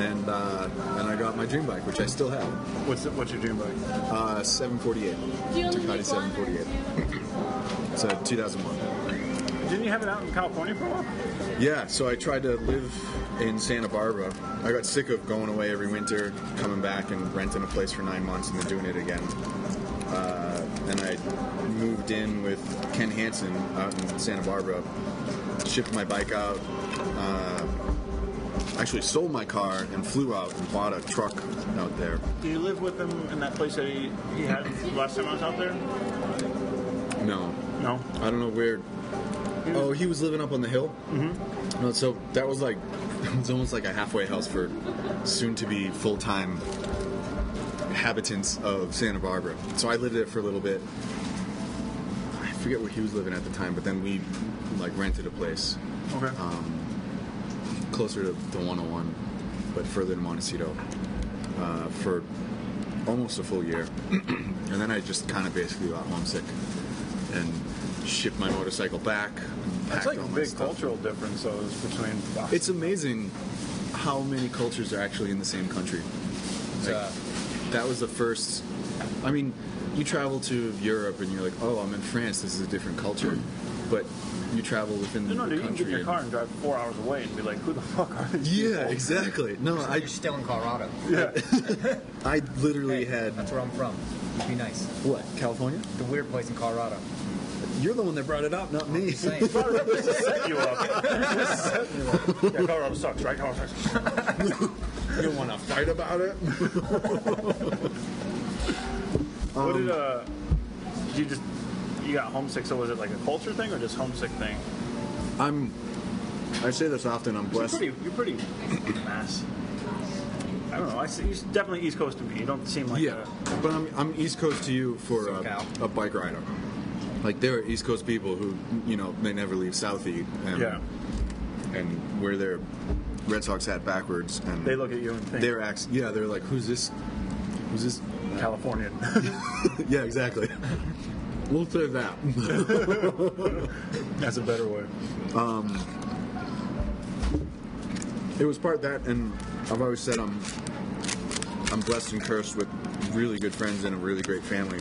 Speaker 5: And uh, and I got my dream bike, which I still have,
Speaker 7: What's it, what's your dream bike?
Speaker 5: uh, 748.
Speaker 3: Do you only
Speaker 5: Ducati
Speaker 3: make one or
Speaker 5: 748.
Speaker 3: two?
Speaker 5: It's a 2001.
Speaker 7: Didn't you have it out in California for a while?
Speaker 5: Yeah, so I tried to live in Santa Barbara. I got sick of going away every winter, coming back and renting a place for nine months, and then doing it again. Uh, and I moved in with Ken Hansen out in Santa Barbara. Shipped my bike out. Uh, actually, sold my car and flew out and bought a truck out there.
Speaker 7: Do you live with him in that place that he, he had last time I was out there?
Speaker 5: No,
Speaker 7: No.
Speaker 5: I don't know where. Oh, he was living up on the hill. Mm-hmm. No, so that was like, it was almost like a halfway house for soon-to-be full-time inhabitants of Santa Barbara. So I lived there for a little bit. I forget where he was living at the time, but then we like rented a place
Speaker 7: Okay.
Speaker 5: Uh, closer to the 101, but further to Montecito uh, for almost a full year. and then I just kind of basically got homesick and shipped my motorcycle back. and
Speaker 7: That's
Speaker 5: packed
Speaker 7: like
Speaker 5: all
Speaker 7: a
Speaker 5: my
Speaker 7: big
Speaker 5: stuff.
Speaker 7: cultural difference, though, is between.
Speaker 5: It's amazing how many cultures are actually in the same country. Like, that was the first. I mean, you travel to Europe and you're like, oh, I'm in France. This is a different culture. But you travel within
Speaker 7: No, no,
Speaker 5: the
Speaker 7: dude, you can
Speaker 5: country.
Speaker 7: get in your
Speaker 5: and-
Speaker 7: car and drive four hours away and be like, who the fuck are these
Speaker 5: Yeah,
Speaker 7: people?
Speaker 5: exactly. No, I
Speaker 6: You're still in Colorado.
Speaker 5: I literally had
Speaker 6: That's where I'm from. It'd be nice.
Speaker 5: what California.
Speaker 6: The weird place in Colorado.
Speaker 5: You're the one that brought it up, not me.
Speaker 6: Same.
Speaker 7: Set you up. yeah, Colorado sucks, right? Colorado sucks.
Speaker 5: you want to fight about it?
Speaker 7: what
Speaker 5: Um,
Speaker 7: did, uh, you just, you got homesick, so was it like a culture thing or just homesick thing?
Speaker 5: I'm. I say this often. I'm
Speaker 7: You're
Speaker 5: blessed.
Speaker 7: pretty, you're pretty mass. I don't know. I see, you're definitely East Coast to me. You don't seem like
Speaker 5: yeah, but I'm, I'm East Coast to you for a,
Speaker 6: SoCal.
Speaker 5: a bike rider. Like there are East Coast people who, you know, they never leave Southie,
Speaker 7: a,
Speaker 5: and,
Speaker 7: yeah.
Speaker 5: and wear their Red Sox hat backwards, and
Speaker 7: They look at you and think
Speaker 5: their acts. Yeah, they're like, who's this? Who's this?
Speaker 7: Californian.
Speaker 5: yeah, exactly. we'll say that.
Speaker 7: That's a better way.
Speaker 5: It was part that, and I've always said I'm I'm blessed and cursed with really good friends and a really great family,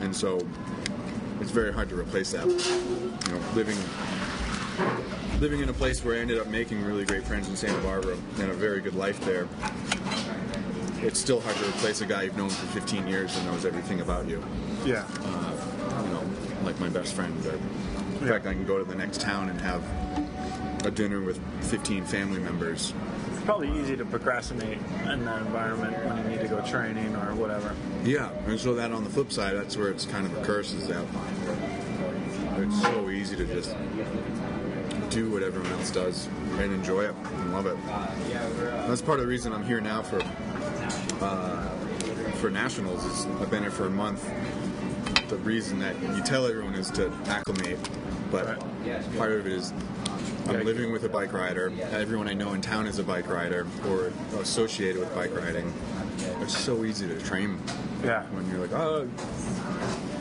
Speaker 5: and so it's very hard to replace that. You know, living living in a place where I ended up making really great friends in Santa Barbara and a very good life there. It's still hard to replace a guy you've known for 15 years and knows everything about you.
Speaker 7: Yeah.
Speaker 5: You know, like my best friend. Or, in fact, I can go to the next town and have a dinner with 15 family members
Speaker 7: It's probably easy to procrastinate in that environment when you need to go training or whatever.
Speaker 5: Yeah, and so that on the flip side, that's where it's kind of a curse is that it's so easy to just do what everyone else does and enjoy it and love it. That's part of the reason I'm here now for uh, for nationals. Is I've been here for a month. The reason that you tell everyone is to acclimate, but part of it is I'm living with a bike rider. Everyone I know in town is a bike rider or associated with bike riding. It's so easy to train
Speaker 7: Yeah.
Speaker 5: when you're like, oh,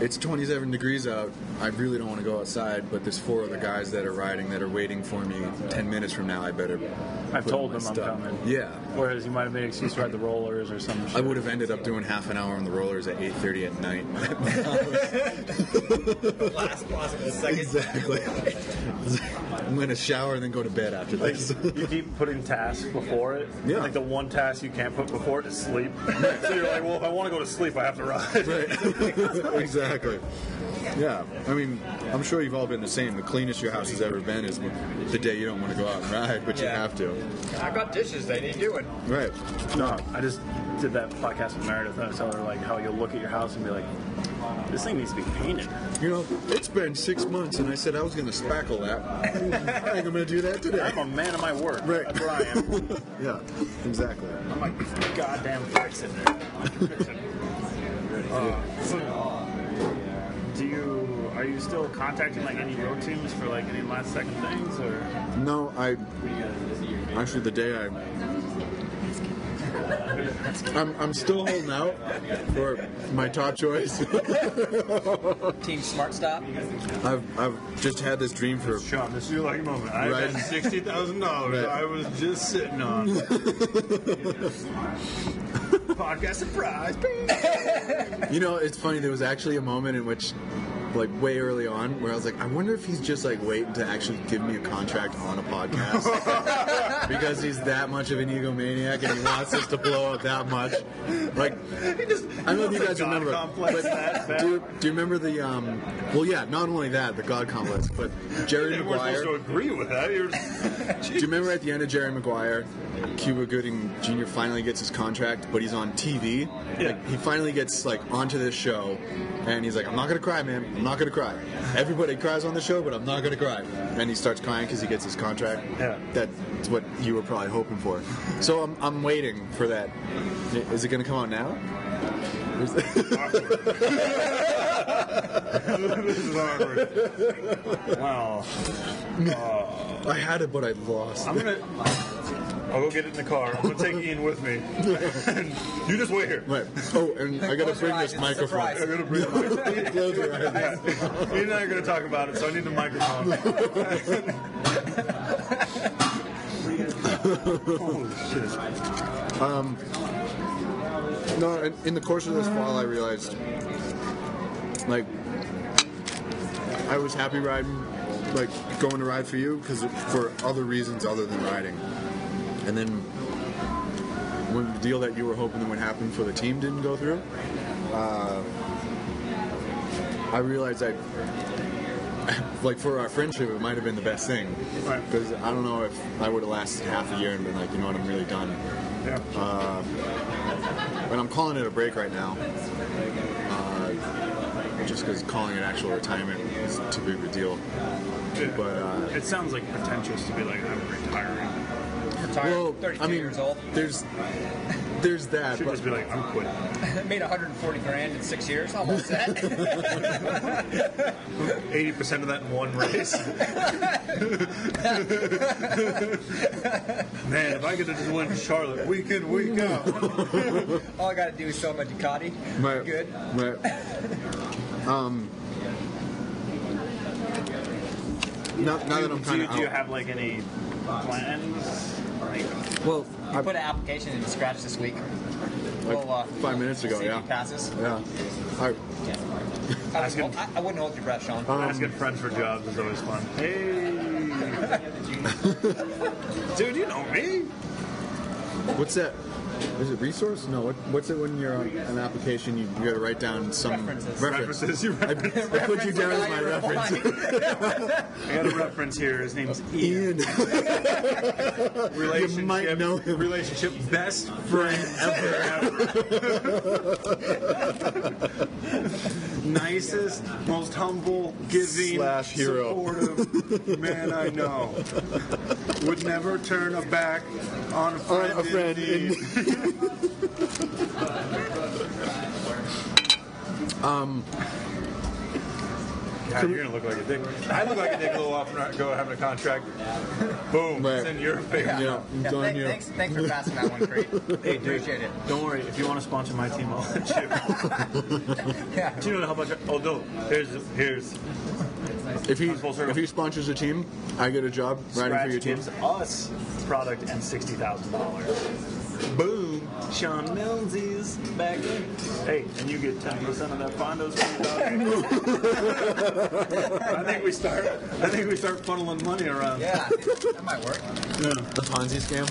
Speaker 5: it's 27 degrees out. I really don't want to go outside, but there's four other guys that are riding that are waiting for me 10 minutes from now. I better.
Speaker 7: I've
Speaker 5: put
Speaker 7: told
Speaker 5: on
Speaker 7: them
Speaker 5: my
Speaker 7: I'm
Speaker 5: stuff.
Speaker 7: coming.
Speaker 5: Yeah.
Speaker 7: Whereas you might have made an excuse to ride the rollers or some shit.
Speaker 5: I would have ended up doing half an hour on the rollers at 8:30 at night.
Speaker 6: Last possible second.
Speaker 5: exactly. I'm gonna shower and then go to bed after this.
Speaker 7: you keep putting tasks before it.
Speaker 5: Yeah.
Speaker 7: I think the one task you can't put before it is sleep. so you're like, well, if I want to go to sleep, I have to ride.
Speaker 5: Right. exactly. Yeah, I mean, I'm sure you've all been the same. The cleanest your house has ever been is the day you don't want to go out and ride, but you
Speaker 6: Yeah.
Speaker 5: have to.
Speaker 6: I got dishes they need doing.
Speaker 5: Right.
Speaker 7: No, I just did that podcast with Meredith, and I was telling her like how you'll look at your house and be like, this thing needs to be painted.
Speaker 5: You know, it's been six months, and I said I was going to spackle that. I think I'm going to do that today.
Speaker 7: I'm a man of my word.
Speaker 5: Right.
Speaker 7: That's what I am.
Speaker 5: Yeah, exactly.
Speaker 7: I'm like, goddamn fix it. Fix it. Uh, so, do you are you still contacting like any road teams for like any last second things or?
Speaker 5: No, I actually the day I. I'm, I'm still holding out for my top choice.
Speaker 6: Team Smart Stop.
Speaker 5: I've, I've just had this dream for
Speaker 7: Sean, this is your lucky moment. I
Speaker 5: Right.
Speaker 7: had sixty thousand dollars.
Speaker 5: Right.
Speaker 7: I was just sitting on. Podcast surprise.
Speaker 5: You know, it's funny. There was actually a moment in which like way early on where I was like, I wonder if he's just like waiting to actually give me a contract on a podcast because he's that much of an egomaniac and he wants us to blow up that much. Like, I don't know if you guys remember, but do, you, do you remember the? Um, well, yeah, not only that, the God complex, but Jerry
Speaker 7: You weren't supposed
Speaker 5: Maguire.
Speaker 7: to agree with that. You're
Speaker 5: Do you remember at the end of Jerry Maguire, Cuba Gooding Jr. finally gets his contract, but he's on TV. Like, he finally gets like onto this show, and he's like, "I'm not gonna cry, man. I'm not gonna cry. Everybody cries on the show, but I'm not gonna cry." And he starts crying because he gets his contract.
Speaker 7: Yeah.
Speaker 5: that's what you were probably hoping for. So I'm, I'm waiting for that. I- Is it gonna come out now? Is it-
Speaker 7: this is awkward. Wow.
Speaker 5: I had it, but I lost.
Speaker 7: I'm gonna. I'll go get it in the car. I'm gonna take Ian with me. And you just wait here.
Speaker 5: Right. Oh, and I gotta
Speaker 6: Close your
Speaker 5: bring
Speaker 6: eyes,
Speaker 5: this
Speaker 6: it's a
Speaker 5: microphone.
Speaker 7: I'm gonna bring
Speaker 5: Close your eyes.
Speaker 7: Ian and I are gonna talk about it, so I need the microphone. Holy shit.
Speaker 5: Um, No, in- in the course of this fall, I realized, like, I was happy riding, like, going to ride for you because for other reasons other than riding. And then when the deal that you were hoping would happen for the team didn't go through, uh, I realized I, like, for our friendship, it might have been the best thing.
Speaker 7: Right.
Speaker 5: Because I don't know if I would have lasted half a year and been like, you know what, I'm really done Uh,
Speaker 7: Yeah.
Speaker 5: and I'm calling it a break right now, uh, just because calling it actual retirement is too big of a deal. But uh,
Speaker 9: It sounds like pretentious to be like, I'm retiring.
Speaker 6: Retired, 32 years old.
Speaker 5: there's there's that,
Speaker 7: Should
Speaker 5: but
Speaker 7: just be like, I'm quitting.
Speaker 6: Made 140 grand in six years. I'm all set.
Speaker 7: 80% of that in one race. Man, if I could have just won Charlotte week in, week out.
Speaker 6: all I got to do is sell my Ducati.
Speaker 5: my,
Speaker 6: Good.
Speaker 5: my- um, now, now that I'm
Speaker 9: Do
Speaker 5: kind
Speaker 9: you,
Speaker 5: of
Speaker 9: do you
Speaker 5: out, Um,
Speaker 9: have like any plans? Like,
Speaker 5: well, I,
Speaker 6: Put an application in scratch this week. We'll, uh,
Speaker 5: five minutes ago,
Speaker 6: see if
Speaker 5: yeah,
Speaker 6: he passes.
Speaker 5: yeah. I,
Speaker 6: I, wouldn't hold, I, I wouldn't hold your breath, Sean.
Speaker 7: Asking friends for jobs is always fun. Hey, dude, you know me.
Speaker 5: what's that? Is it resource? No. What, what's it when you're on an application? You, you got to write down some
Speaker 6: References.
Speaker 5: reference.
Speaker 7: References, you
Speaker 5: I, I
Speaker 7: reference.
Speaker 5: put you down as my reference.
Speaker 9: I got a reference here. His name's Ian.
Speaker 5: Ian.
Speaker 7: Relationship,
Speaker 5: You might know him.
Speaker 7: relationship, best friend ever. Nicest, most humble, giving,
Speaker 5: Slash hero.
Speaker 7: supportive man I know. Would never turn a back on a friend.
Speaker 5: a friend in
Speaker 7: indeed. God, you're gonna look like a dick. I look like a dick a little often. I Go having a contract. Boom.
Speaker 5: Right.
Speaker 7: It's in your favor.
Speaker 5: Yeah, I'm
Speaker 6: Yeah,
Speaker 5: done
Speaker 6: thank-
Speaker 5: here.
Speaker 6: thanks, thanks for passing that one, Creed.
Speaker 9: Hey, dude,
Speaker 6: Appreciate it.
Speaker 9: Don't worry. If you want to sponsor my team, I'll let you.
Speaker 6: Yeah.
Speaker 7: Do you know how much? I, oh no. Here's here's
Speaker 5: If he
Speaker 7: Full circle.
Speaker 5: if he sponsors a team, I get a job riding for
Speaker 9: Scratch
Speaker 5: your team.
Speaker 9: gives us product and sixty thousand dollars. Boom! Sean Millsy's back in. Hey, and you get ten percent of that Fondos. $20.
Speaker 7: I think we start. I think we start funneling money around.
Speaker 6: Yeah, that might work.
Speaker 5: The Ponzi scam.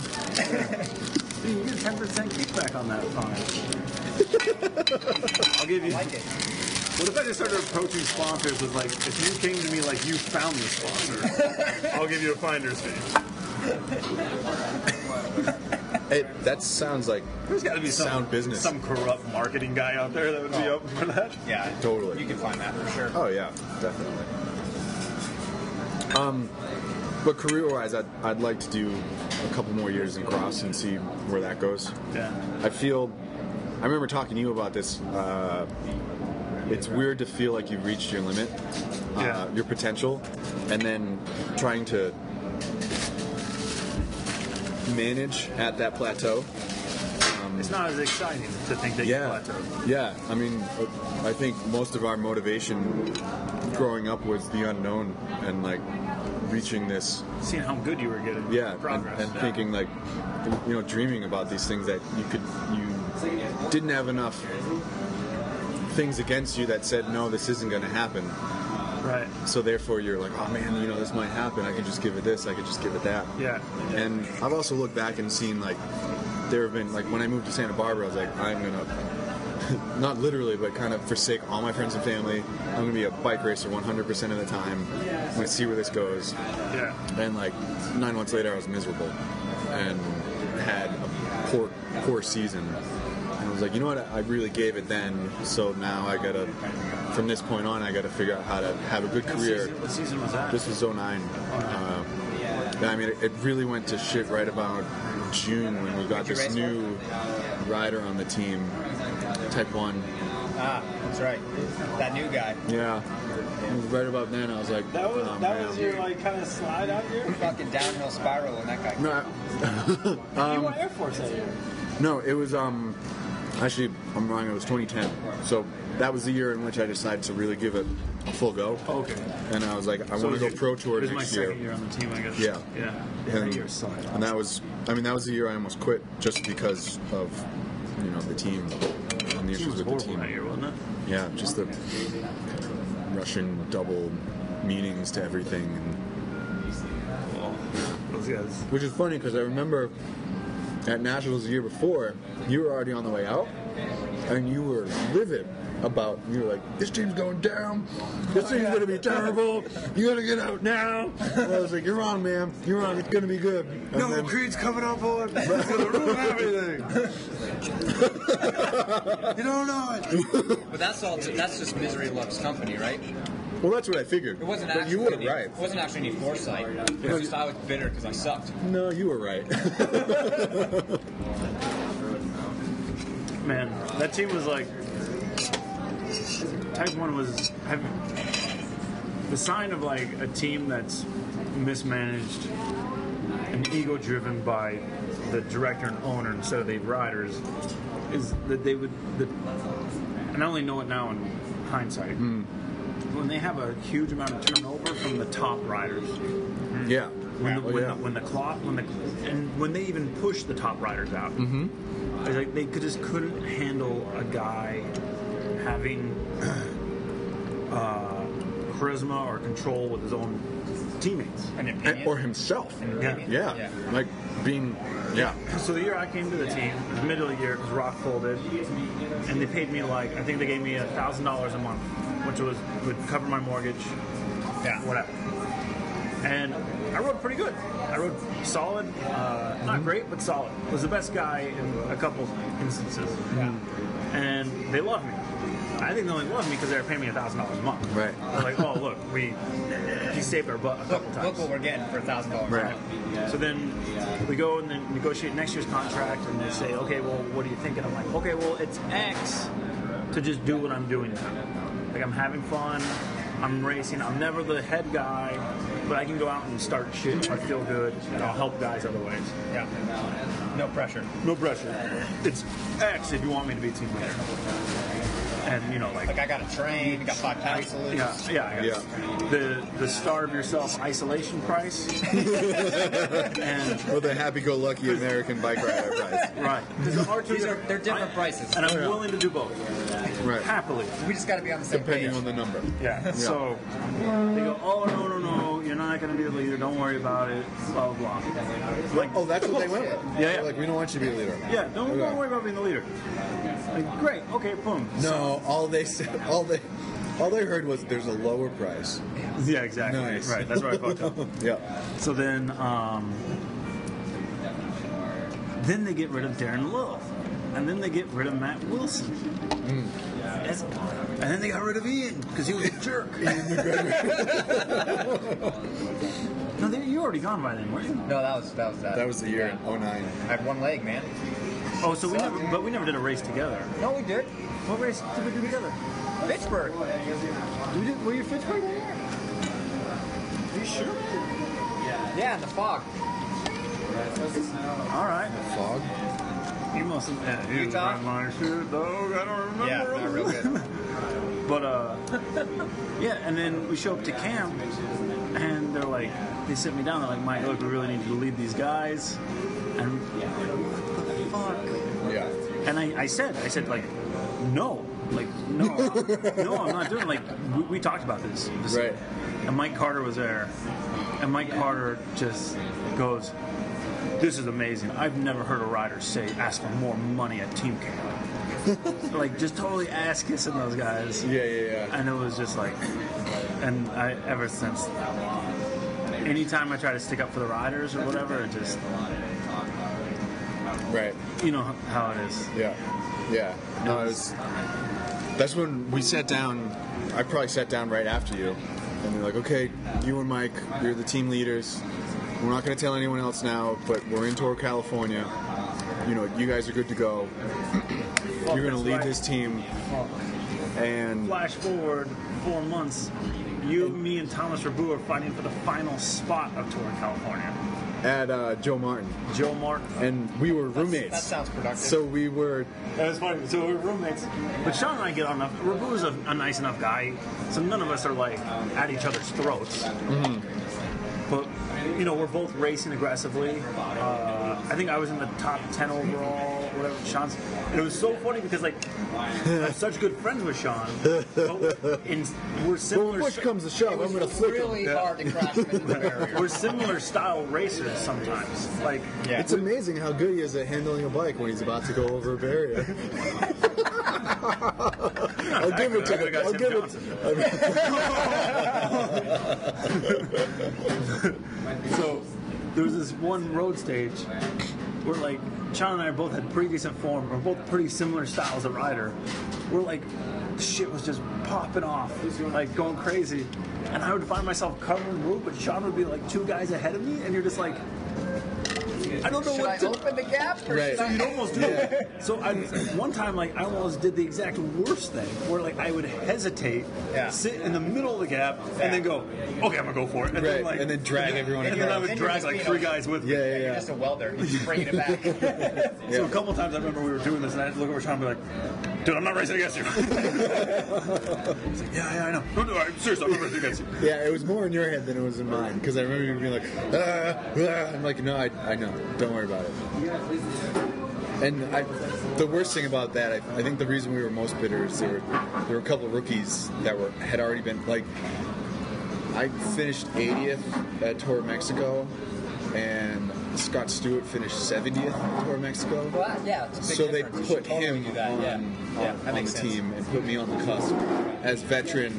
Speaker 9: you get ten percent kickback on that Fondos. I'll give you.
Speaker 6: I like it.
Speaker 7: What if I just started approaching sponsors with like, if you came to me like you found the sponsor, I'll give you a finder's fee.
Speaker 5: It, that sounds like
Speaker 7: There's got to be some,
Speaker 5: Sound business. Oh.
Speaker 7: Some corrupt marketing guy out there that would be open for that.
Speaker 6: Yeah,
Speaker 5: Totally.
Speaker 6: You can find that for sure.
Speaker 5: oh yeah, definitely. Um, but career wise, I'd, I'd like to do a couple more years in cross and see where that goes.
Speaker 7: Yeah.
Speaker 5: I feel. I remember talking to you about this. Uh, it's weird to feel like you've reached your limit, uh,
Speaker 7: Yeah.
Speaker 5: your potential, and then trying to manage at that plateau.
Speaker 7: It's not as exciting to think that
Speaker 5: Yeah,
Speaker 7: you plateaued.
Speaker 5: yeah. I mean, I think most of our motivation growing up was the unknown and like reaching this
Speaker 7: Seeing how good you were getting.
Speaker 5: yeah
Speaker 7: Progress.
Speaker 5: and, and
Speaker 7: yeah.
Speaker 5: thinking like you know dreaming about these things that you could you didn't have enough things against you that said no, this isn't going to happen.
Speaker 7: Right.
Speaker 5: So therefore, you're like, oh man, you know, this might happen. I could just give it this. I could just give it that.
Speaker 7: Yeah.
Speaker 5: And I've also looked back and seen like there have been like when I moved to Santa Barbara, I was like, I'm gonna not literally, but kind of forsake all my friends and family. I'm gonna be a bike racer 100% of the time. I'm gonna see where this goes.
Speaker 7: Yeah.
Speaker 5: And like nine months later, I was miserable and had a poor, poor season. And I was like, you know what? I really gave it then, so now I gotta, from this point on, I gotta figure out how to have a good career.
Speaker 4: What season was that?
Speaker 5: This was 09. Uh, yeah, I mean, it, it really went to shit right about June when we got
Speaker 6: Did you
Speaker 5: this
Speaker 6: race
Speaker 5: new rider on the team, Tech 1.
Speaker 6: Ah, that's right. That new guy.
Speaker 5: Yeah. Right about then, I was like,
Speaker 4: That was
Speaker 5: oh,
Speaker 4: that
Speaker 5: man.
Speaker 4: was your like kind of slide out here.
Speaker 6: Fucking downhill spiral on that guy.
Speaker 5: No, I- um,
Speaker 4: you were Air Force that year.
Speaker 5: no, it was, um, actually, I'm wrong, it was 2010. So that was the year in which I decided to really give it a full go.
Speaker 7: Okay.
Speaker 5: And I was like, I
Speaker 7: So
Speaker 5: want
Speaker 7: is
Speaker 5: to go
Speaker 7: it-
Speaker 5: pro tour
Speaker 7: it was my
Speaker 5: next year.
Speaker 7: second year on the team, I guess.
Speaker 5: Yeah.
Speaker 7: Yeah.
Speaker 5: And, and that was, I mean, that was the year I almost quit just because of, you know, the team and the
Speaker 7: Team
Speaker 5: issues
Speaker 7: was
Speaker 5: with the
Speaker 7: horrible that
Speaker 5: team.
Speaker 7: year, wasn't it?
Speaker 5: Yeah, just the Russian double meanings to everything. And,
Speaker 7: Those guys.
Speaker 5: Which is funny because I remember at Nationals the year before, you were already on the way out, and you were livid about. You were like, "This team's going down. This team's gonna be terrible. You gotta get out now." And I was like, "You're on, man. You're on. It's gonna be good." And then-
Speaker 10: Creed's coming on board. He's gonna ruin everything. you don't know it.
Speaker 6: But that's all. That's just misery loves company, right?
Speaker 5: well, that's what I figured.
Speaker 6: It wasn't
Speaker 5: but
Speaker 6: actually.
Speaker 5: you were
Speaker 6: any,
Speaker 5: right.
Speaker 6: It wasn't actually any foresight. It was just I was bitter because I sucked.
Speaker 5: No, you were right.
Speaker 7: Man, that team was like. Type one was have, the sign of like a team that's mismanaged and ego driven by the director and owner instead of the riders is that they would. That, and I only know it now in hindsight. When they have a huge amount of turnover from the top riders,
Speaker 5: yeah.
Speaker 7: when the,
Speaker 5: Oh,
Speaker 7: when,
Speaker 5: yeah.
Speaker 7: the, when the clock when the and when they even push the top riders out
Speaker 5: Mm-hmm.
Speaker 7: it's like they could, just couldn't handle a guy having uh, charisma or control with his own teammates
Speaker 6: An
Speaker 5: And-
Speaker 6: opinion.
Speaker 5: or himself.
Speaker 7: yeah.
Speaker 5: Yeah.
Speaker 6: Yeah.
Speaker 5: Like being. Yeah.
Speaker 7: so the year I came to the team it was the middle of the year because Rock folded and they paid me like I think they gave me a thousand dollars a month which was would cover my mortgage
Speaker 6: yeah.
Speaker 7: whatever. And I rode pretty good. I rode solid, uh, not great, but solid. Was the best guy in a couple instances. Yeah. And they loved me. I think they only loved me because they were paying me thousand dollars a month.
Speaker 5: Right.
Speaker 7: They're like, oh look, we he saved our butt a
Speaker 6: Look,
Speaker 7: couple
Speaker 6: look
Speaker 7: times.
Speaker 6: what we're getting for a thousand dollars.
Speaker 5: Right.
Speaker 7: So then we go and then negotiate next year's contract, and they say, okay, well, what do you think? And I'm like, okay, well, it's X to just do what I'm doing now. Like, I'm having fun, I'm racing, I'm never the head guy, but I can go out and start shit if I feel good, and I'll help guys other ways.
Speaker 6: Yeah. No pressure.
Speaker 7: No pressure. It's X if you want me to be team leader. And, you know, like,
Speaker 6: Like I got a train. Got five pounds to lose.
Speaker 7: yeah, yeah, yeah. The the starve yourself isolation price, and
Speaker 5: With a happy-go-lucky American bike rider price.
Speaker 7: Right. Because R two
Speaker 6: These are- they're different prices.
Speaker 7: and I'm willing to do both
Speaker 5: Right.
Speaker 7: happily.
Speaker 6: We just got to be on the same
Speaker 5: Depending
Speaker 6: page.
Speaker 5: on the number.
Speaker 7: Yeah. So they go, oh no no no, you're not gonna be the leader. Don't worry about it. Blah blah. blah. Like
Speaker 5: Oh, that's what they went with.
Speaker 7: Yeah, yeah.
Speaker 5: They're Like we don't want you to be a leader.
Speaker 7: yeah, don't,
Speaker 5: Okay.
Speaker 7: don't worry about being the leader. Like, great. Okay. Boom.
Speaker 5: No, all they said, all they, all they heard was there's a lower price.
Speaker 7: Yeah. Exactly.
Speaker 5: Nice.
Speaker 7: Right. That's where I fucked up.
Speaker 5: Yeah.
Speaker 7: So then, um, then they get rid of Darren Love, and then they get rid of Matt Wilson, That's- and then they got rid of Ian because he was a jerk. no, they, you were already gone by then, weren't you?
Speaker 6: No, that was that was that.
Speaker 5: That was the year in 09.
Speaker 6: I had one leg, man.
Speaker 7: Oh, so we never, but we never did a race together.
Speaker 6: No, we did.
Speaker 7: What race did we do together?
Speaker 6: Pittsburgh.
Speaker 7: Did we do, were you Fitchburg?
Speaker 6: Yeah, in the fog.
Speaker 7: All right.
Speaker 5: Fog.
Speaker 7: You must have. Yeah,
Speaker 6: Utah?
Speaker 7: my shit, dog. I don't remember.
Speaker 6: Yeah, not real good.
Speaker 7: But uh, yeah, and then we show up to camp, and they're like, they sit me down. They're like, Mike, look, we really need you to lead these guys. And what the fuck?
Speaker 5: Yeah.
Speaker 7: And I, I said, I said like, no, like no, no, I'm not doing it. Like, we, we talked about this. this-
Speaker 5: Right.
Speaker 7: And Mike Carter was there. And Mike Carter just goes, This is amazing. I've never heard a rider say, ask for more money at team camp. like, just totally ass kissing those guys.
Speaker 5: Yeah, yeah, yeah.
Speaker 7: And it was just like, and I ever since, anytime I try to stick up for the riders or whatever, it just,
Speaker 5: Right.
Speaker 7: you know how it is.
Speaker 5: Yeah. Yeah. No, it was. That's when we sat down. I probably sat down right after you, and they're like, "Okay, you and Mike, you're the team leaders. We're not going to tell anyone else now, but we're in Tour California. You know, you guys are good to go. you're going to
Speaker 7: that's
Speaker 5: lead
Speaker 7: right.
Speaker 5: this team." And
Speaker 7: Flash forward four months, you, me, and Thomas Rabu are fighting for the final spot of Tour California.
Speaker 5: at uh, Joe Martin,
Speaker 7: Joe Martin.
Speaker 5: and we were roommates.
Speaker 6: that sounds productive.
Speaker 5: So we were
Speaker 7: That was funny. So we were roommates. But Sean and I get on enough. Rabu is a, a nice enough guy, so none of us are like at each other's throats.
Speaker 5: Mm-hmm.
Speaker 7: But you know, we're both racing aggressively. Uh, I think I was in the top ten overall, whatever. Sean's. And it was so funny because like I'm such good friends with Sean, but in, we're
Speaker 5: well,
Speaker 7: similar.
Speaker 5: when push comes to shove, I'm going to flick him.
Speaker 6: really hard to crash him into the barrier.
Speaker 7: we're similar style racers sometimes. Like
Speaker 5: It's amazing how good he is at handling a bike when he's about to go over a barrier. I'll give it to
Speaker 7: I
Speaker 5: him.
Speaker 7: got
Speaker 5: I'll
Speaker 7: Tim
Speaker 5: give it.
Speaker 7: Johnson. So there was this one road stage where like Sean and I both had pretty decent form, we're both pretty similar styles of rider. We're like shit was just popping off, like going crazy. And I would find myself covering route, but Sean would be like two guys ahead of me, and you're just like I don't know
Speaker 6: Should
Speaker 7: what
Speaker 6: I
Speaker 7: to
Speaker 6: open the gap? Or
Speaker 5: Right.
Speaker 6: should I-
Speaker 7: You'd almost do it. So I, one time, like I almost did the exact worst thing, where like I would hesitate,
Speaker 6: Yeah.
Speaker 7: sit in the middle of the gap, and then go, okay, I'm gonna go for it, and
Speaker 5: Right,
Speaker 7: then like,
Speaker 5: and then drag everyone
Speaker 7: and then I
Speaker 5: across.
Speaker 7: would
Speaker 6: Then you're
Speaker 7: drag
Speaker 6: just
Speaker 7: like
Speaker 6: being
Speaker 7: three
Speaker 6: a-
Speaker 7: guys with me.
Speaker 5: Yeah, yeah,
Speaker 6: You're
Speaker 5: yeah.
Speaker 6: just a welder. You're just bringing it back.
Speaker 7: So a couple times I remember we were doing this, and I had to look over at Sean and be like, dude, I'm not racing against you. He's like, yeah, yeah, I know. No, no, I'm serious, I'm not racing against you.
Speaker 5: Yeah, it was more in your head than it was in mine because I remember you being like, ah, ah." I'm like, no, I, I know. Don't worry about it. And I, the worst thing about that, I, I think the reason we were most bitter is there were, there were a couple of rookies that were had already been like, I finished 80th at Tour of Mexico, and Scott Stewart finished 70th at Tour of Mexico.
Speaker 6: Well, yeah, it's a big
Speaker 5: So they
Speaker 6: difference. You
Speaker 5: put
Speaker 6: should totally
Speaker 5: him
Speaker 6: do that.
Speaker 5: on,
Speaker 6: yeah. yeah,
Speaker 5: on-
Speaker 6: that
Speaker 5: on the
Speaker 6: makes sense.
Speaker 5: team and put me on the cusp as veteran,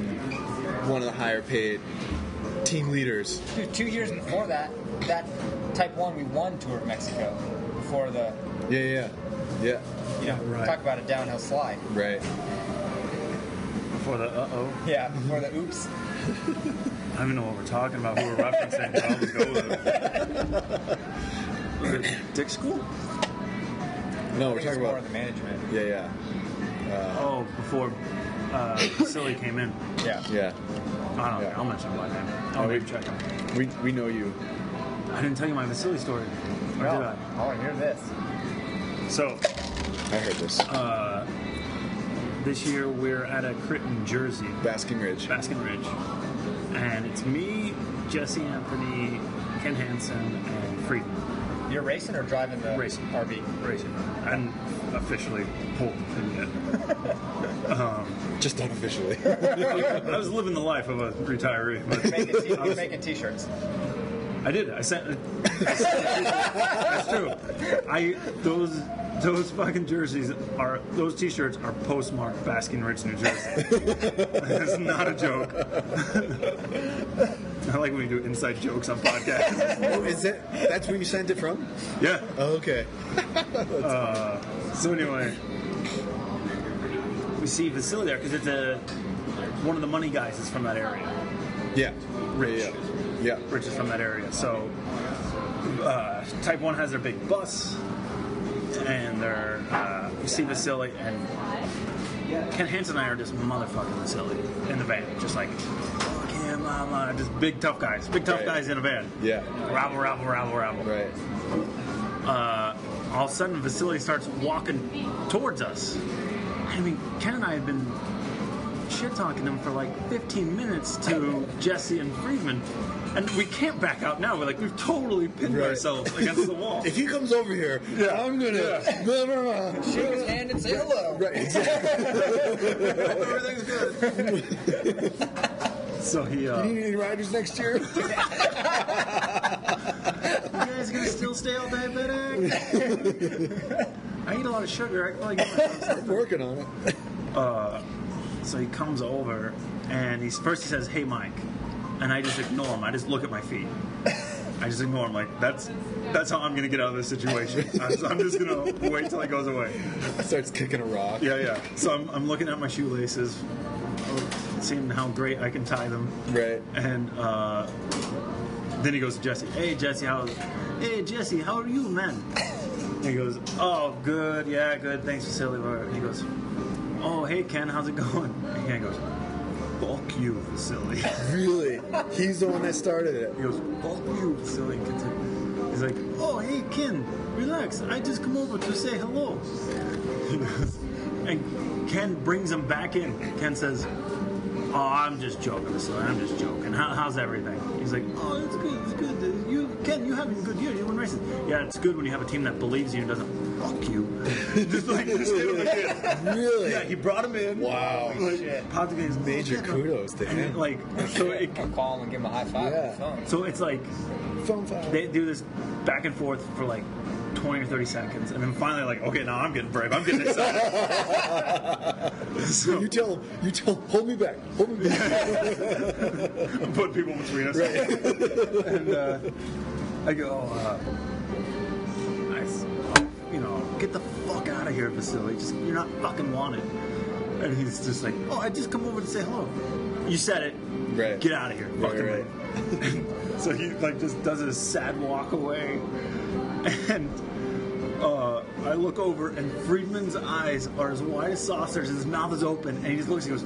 Speaker 5: one of the higher paid team leaders.
Speaker 6: Dude, two years before that, that Type One we won Tour of Mexico before the
Speaker 5: Yeah, yeah, yeah.
Speaker 7: Yeah,
Speaker 6: talk about a downhill slide.
Speaker 5: Right.
Speaker 7: Before the uh oh,
Speaker 6: Yeah, before the oops.
Speaker 7: I don't even know what we're talking about. Who we're referencing? but I'll just go with it. Was it Dick School?
Speaker 5: No, we're
Speaker 6: I think it's
Speaker 5: talking
Speaker 6: more
Speaker 5: about.
Speaker 6: of the management.
Speaker 5: Yeah, yeah,
Speaker 7: Oh, before uh, Silly came in.
Speaker 6: Yeah.
Speaker 5: yeah.
Speaker 7: I don't
Speaker 5: Yeah. Oh,
Speaker 7: know. I'll mention my name. I'll
Speaker 5: we-
Speaker 7: name check him.
Speaker 5: We, we know you.
Speaker 7: I didn't tell you my Vasily story. Or did
Speaker 6: Well, oh,
Speaker 7: I?
Speaker 6: I want to hear this.
Speaker 7: So
Speaker 5: I heard this.
Speaker 7: this year we're at a crit in Jersey,
Speaker 5: Basking Ridge.
Speaker 7: Baskin Ridge, and it's me, Jesse Anthony, Ken Hansen, and Frieden
Speaker 6: You're racing or driving the
Speaker 7: Racing.
Speaker 6: RV?
Speaker 7: racing. I hadn't officially pulled the pin yet.
Speaker 5: Just unofficially.
Speaker 7: I was living the life of a retiree. but-
Speaker 6: Making, t- you're making t-shirts.
Speaker 7: I did. I sent. That's true. I those those fucking jerseys are those t-shirts are postmarked Baskin Ridge, New Jersey. That's not a joke. I like when we do inside jokes on podcasts.
Speaker 5: oh, is that? That's where you sent it from?
Speaker 7: yeah.
Speaker 5: Oh, okay.
Speaker 7: So anyway, we see Vasily there because it's a one of the money guys is from that area.
Speaker 5: Yeah.
Speaker 7: Rich.
Speaker 5: Yeah. Yeah.
Speaker 7: Rich is from that area. So, uh, Type 1 has their big bus, and their uh, you see Vasily, and Ken Hansen and I are just motherfucking Vasily in the van. Just like, fuck him, blah, blah. Just big tough guys. Big tough
Speaker 5: Right.
Speaker 7: guys in a van.
Speaker 5: Yeah.
Speaker 7: Rabble, rabble, rabble, rabble.
Speaker 5: Right.
Speaker 7: All of a sudden, Vasily starts walking towards us. I mean, Ken and I had been shit talking him for like 15 minutes to Jesse and Friedman, and we can't back out now. We're like we've totally pinned
Speaker 5: Right.
Speaker 7: ourselves against the wall.
Speaker 5: If he comes over here, I'm gonna.
Speaker 6: Shake his hand and say hello.
Speaker 5: Right, exactly.
Speaker 6: Everything's good.
Speaker 7: so he, uh,
Speaker 5: You need any riders next year?
Speaker 7: you guys gonna still stay all diabetic? I eat a lot of sugar. I feel like
Speaker 5: I'm working on it.
Speaker 7: so he comes over and he's first he says, "Hey, Mike," and I just ignore him. I just look at my feet. I just ignore him. Like that's that's how I'm gonna get out of this situation. I'm just, I'm just gonna wait till he goes away.
Speaker 5: Starts kicking a rock.
Speaker 7: Yeah, yeah. So I'm, I'm looking at my shoelaces, Oh, seeing how great I can tie them.
Speaker 5: Right.
Speaker 7: And uh, then he goes to Jesse. Hey, Jesse, how? Hey, Jesse, how are you, man? And he goes, Oh, good. Yeah, good. Thanks for silly word. And he goes, Oh, hey, Ken, how's it going? And Ken goes, Fuck you, silly.
Speaker 5: Really? He's the one that started it.
Speaker 7: He goes, fuck you, silly kid. He's like, oh, hey, Ken, relax. I just come over to say hello. He goes- and Ken brings him back in. Ken says, oh, I'm just joking, silly. I'm just joking. How, how's everything? He's like, oh, it's good, it's good. You, Ken, you having a good year. You win races. Yeah, it's good when you have a team that believes you and doesn't fuck you. just like, just hit him again.
Speaker 5: Really?
Speaker 7: Yeah, he brought him in.
Speaker 5: Wow.
Speaker 7: Like, popped him in. He's,
Speaker 5: Major
Speaker 7: "Look at him."
Speaker 5: kudos to
Speaker 7: And it,
Speaker 5: him.
Speaker 7: like, so it,
Speaker 6: Call him and give him a high five.
Speaker 5: Yeah.
Speaker 6: on the phone.
Speaker 7: so it's like
Speaker 5: Phone file.
Speaker 7: they do this back and forth for like 20 or 30 seconds and then finally like okay now i'm getting brave i'm getting excited
Speaker 5: You tell him. You tell him. Hold me back. Hold me back.
Speaker 7: i'm putting people between us and uh, i go uh, I s- you know get the fuck out of here Vasily just you're not fucking wanted and he's just like oh i just come over to say hello you said it
Speaker 5: Right.
Speaker 7: get out of here
Speaker 5: Right,
Speaker 7: fucking
Speaker 5: right.
Speaker 7: So he like just does his sad walk away, and uh, I look over and Friedman's eyes are as wide as saucers. His mouth is open, and he just looks. He goes,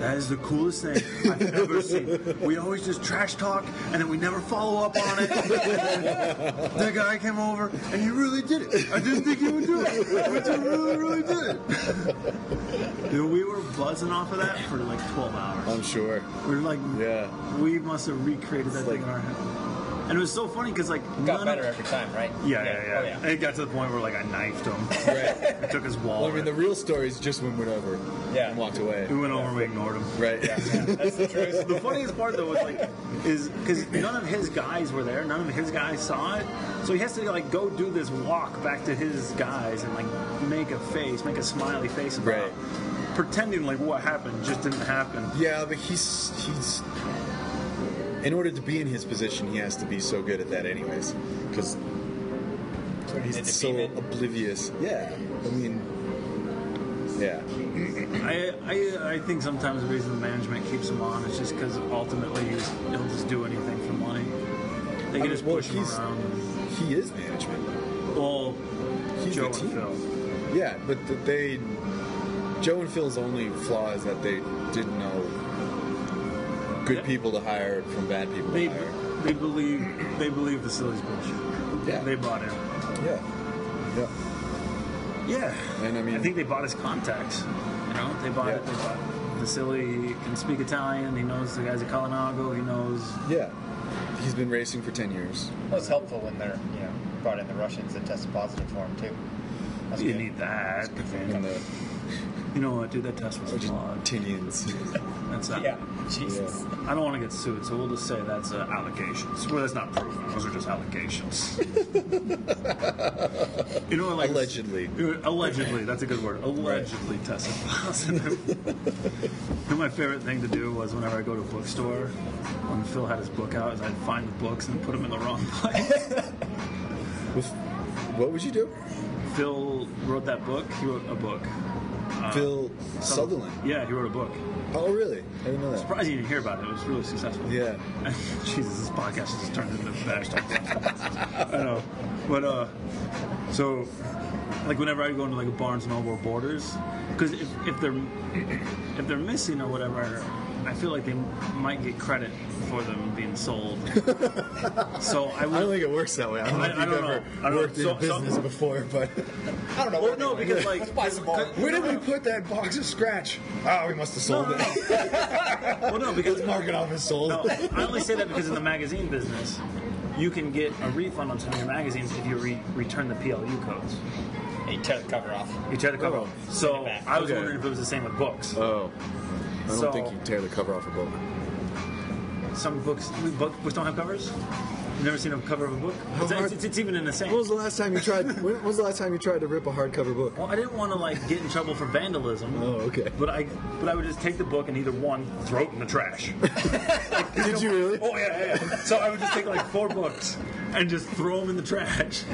Speaker 7: "That is the coolest thing I've ever seen. We always just trash talk, and then we never follow up on it." that guy came over, and he really did it. I didn't think he would do it, but he really, really did it. Dude, we were buzzing off of that for like 12 hours.
Speaker 5: I'm sure.
Speaker 7: We We're like,
Speaker 5: Yeah.
Speaker 7: we must have recreated that thing in
Speaker 5: like-
Speaker 7: our head. And it was so funny because like
Speaker 6: Got
Speaker 7: none
Speaker 6: better
Speaker 7: Of,
Speaker 6: every time, right?
Speaker 7: yeah, yeah, yeah.
Speaker 6: Oh,
Speaker 7: And it got to the point where like I knifed him.
Speaker 5: Right.
Speaker 7: I took his
Speaker 5: Well,
Speaker 7: wallet.
Speaker 5: I mean, the real story is just when we went over
Speaker 6: Yeah.
Speaker 5: and walked away.
Speaker 7: we went over and we ignored him.
Speaker 5: Right.
Speaker 6: That's the truth.
Speaker 7: The funniest part though was like is because none of his guys were there. None of his guys saw it. So he has to like go do this walk back to his guys and like make a face, make a smiley face about
Speaker 5: Right.
Speaker 7: it. pretending like what happened just didn't happen.
Speaker 5: Yeah, but he's he's. In order to be in his position, he has to be so good at that, anyways, because he's so
Speaker 6: Defeated.
Speaker 5: oblivious. Yeah, I mean, yeah,
Speaker 7: I, I, I think sometimes the reason management keeps him on is just because ultimately he's, he'll just do anything for money. They
Speaker 5: I
Speaker 7: can
Speaker 5: mean,
Speaker 7: just
Speaker 5: well,
Speaker 7: push him
Speaker 5: he's-
Speaker 7: around.
Speaker 5: he is management.
Speaker 7: Well,
Speaker 5: He's
Speaker 7: Joe
Speaker 5: the
Speaker 7: and
Speaker 5: team.
Speaker 7: Phil.
Speaker 5: Yeah, but th- they, Joe and Phil's only flaw is that they didn't know good
Speaker 7: Yeah.
Speaker 5: people to hire from bad people
Speaker 7: They,
Speaker 5: to hire.
Speaker 7: they believe they believe the silly's bullshit.
Speaker 5: Yeah.
Speaker 7: They bought him.
Speaker 5: Yeah, yeah.
Speaker 7: Yeah.
Speaker 5: And I mean-
Speaker 7: I think they bought his contacts. You know, they bought
Speaker 5: Yeah.
Speaker 7: it. They bought the silly he can speak Italian. He knows the guys at Colinago. He knows.
Speaker 5: Yeah, he's been racing for ten years.
Speaker 6: Well, it's helpful when they're, you know, brought in the Russians that tested positive for him, too. That's
Speaker 7: You
Speaker 6: good.
Speaker 7: need that.
Speaker 5: And the
Speaker 7: You know what, dude? That test was flawed.
Speaker 5: Tinians.
Speaker 7: That's not.
Speaker 6: Yeah, Jesus.
Speaker 7: I don't want to get sued, so we'll just say that's uh, allegations. Well, that's not proven. Those are just allegations. you know, like
Speaker 5: Allegedly.
Speaker 7: Allegedly, that's a good word. Allegedly tested positive. You know, my favorite thing to do was whenever I go to a bookstore, when Phil had his book out, is I'd find the books and put them in the wrong place.
Speaker 5: With, what would you do?
Speaker 7: Phil wrote that book. He wrote a book. Uh,
Speaker 5: Phil Sutherland.
Speaker 7: Yeah, he wrote a book.
Speaker 5: Oh, really? I didn't know that.
Speaker 7: Surprised you didn't hear about it. It was really successful.
Speaker 5: Yeah.
Speaker 7: Jesus, this podcast has just turned into bash talk. I know, but uh, so like whenever I go into like a Barnes and Noble or Borders, because if, if they're if they're missing or whatever, I feel like they might get credit for them being sold. so I
Speaker 10: I
Speaker 7: would.
Speaker 10: don't think it works that way. I don't know
Speaker 7: I-
Speaker 10: if
Speaker 7: I
Speaker 10: you've
Speaker 7: don't know.
Speaker 10: ever
Speaker 7: I don't know.
Speaker 10: worked in
Speaker 7: So- so-
Speaker 10: business before, but
Speaker 6: I don't know.
Speaker 7: Well, no, because like
Speaker 6: Let's buy some more.
Speaker 10: where did we put that box of scratch? Ah, we must have sold it.
Speaker 7: well, no, because
Speaker 10: His market office sold.
Speaker 7: No, I only say that because in the magazine business, you can get a refund on some of your magazines if you re- return the PLU codes.
Speaker 6: You tear the cover off.
Speaker 7: You try to cover them. So
Speaker 6: back.
Speaker 7: I was
Speaker 10: Okay.
Speaker 7: wondering if it was the same with books.
Speaker 10: Oh, I don't
Speaker 7: So-
Speaker 10: think you tear the cover off a book.
Speaker 7: Some books, book, books don't have covers. You've never seen a cover of a book. It's,
Speaker 10: hard-
Speaker 7: it's, it's, even in the same.
Speaker 10: When was the last time you tried? When when was the last time you tried to rip a hardcover book?
Speaker 7: Well, I didn't want to like get in trouble for vandalism.
Speaker 10: Oh, okay.
Speaker 7: But I, but I would just take the book and either one throw it in the trash.
Speaker 10: Did you really?
Speaker 7: Oh yeah, yeah, yeah. So I would just take like four books and just throw them in the trash,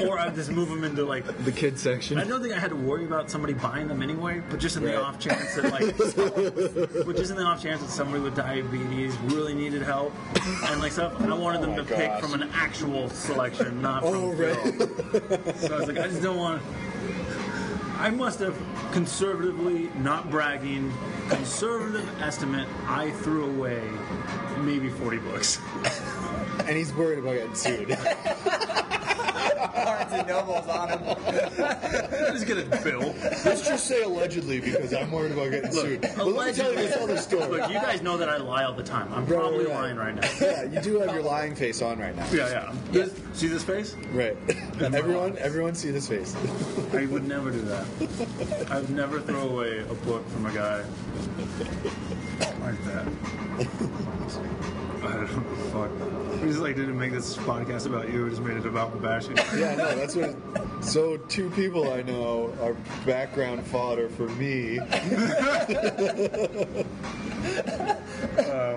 Speaker 7: or I'd just move them into like
Speaker 10: The kid
Speaker 7: I
Speaker 10: section.
Speaker 7: don't think I had to worry about somebody buying them anyway, but just in
Speaker 10: Right.
Speaker 7: the off chance that like, but just in the off chance that somebody with diabetes really needed help and like stuff, I wanted them to pick from an actual selection, not from.
Speaker 10: Oh, right.
Speaker 7: So I was like, I just don't want. I must have conservatively, not bragging, conservative estimate, I threw away maybe 40 books.
Speaker 10: and he's worried about getting sued.
Speaker 6: Barnes and Noble's on them.
Speaker 7: I just get a bill.
Speaker 10: Let's just say allegedly because I'm worried about getting sued. But let me tell you this other story.
Speaker 7: Look, you guys know that I lie all the time. I'm
Speaker 10: Right,
Speaker 7: probably
Speaker 10: right, right.
Speaker 7: lying right now.
Speaker 10: Yeah, you do have your lying face on right now.
Speaker 7: Yeah, yeah. This- see this face?
Speaker 10: Right. Everyone, everyone, see this face.
Speaker 7: I would never do that. I would never throw away a book from a guy like that. I don't know. Fuck. We just like didn't make this podcast about you. We just made it about the bashing.
Speaker 10: Yeah, no, that's what. So two people I know are background fodder for me.
Speaker 7: Uh,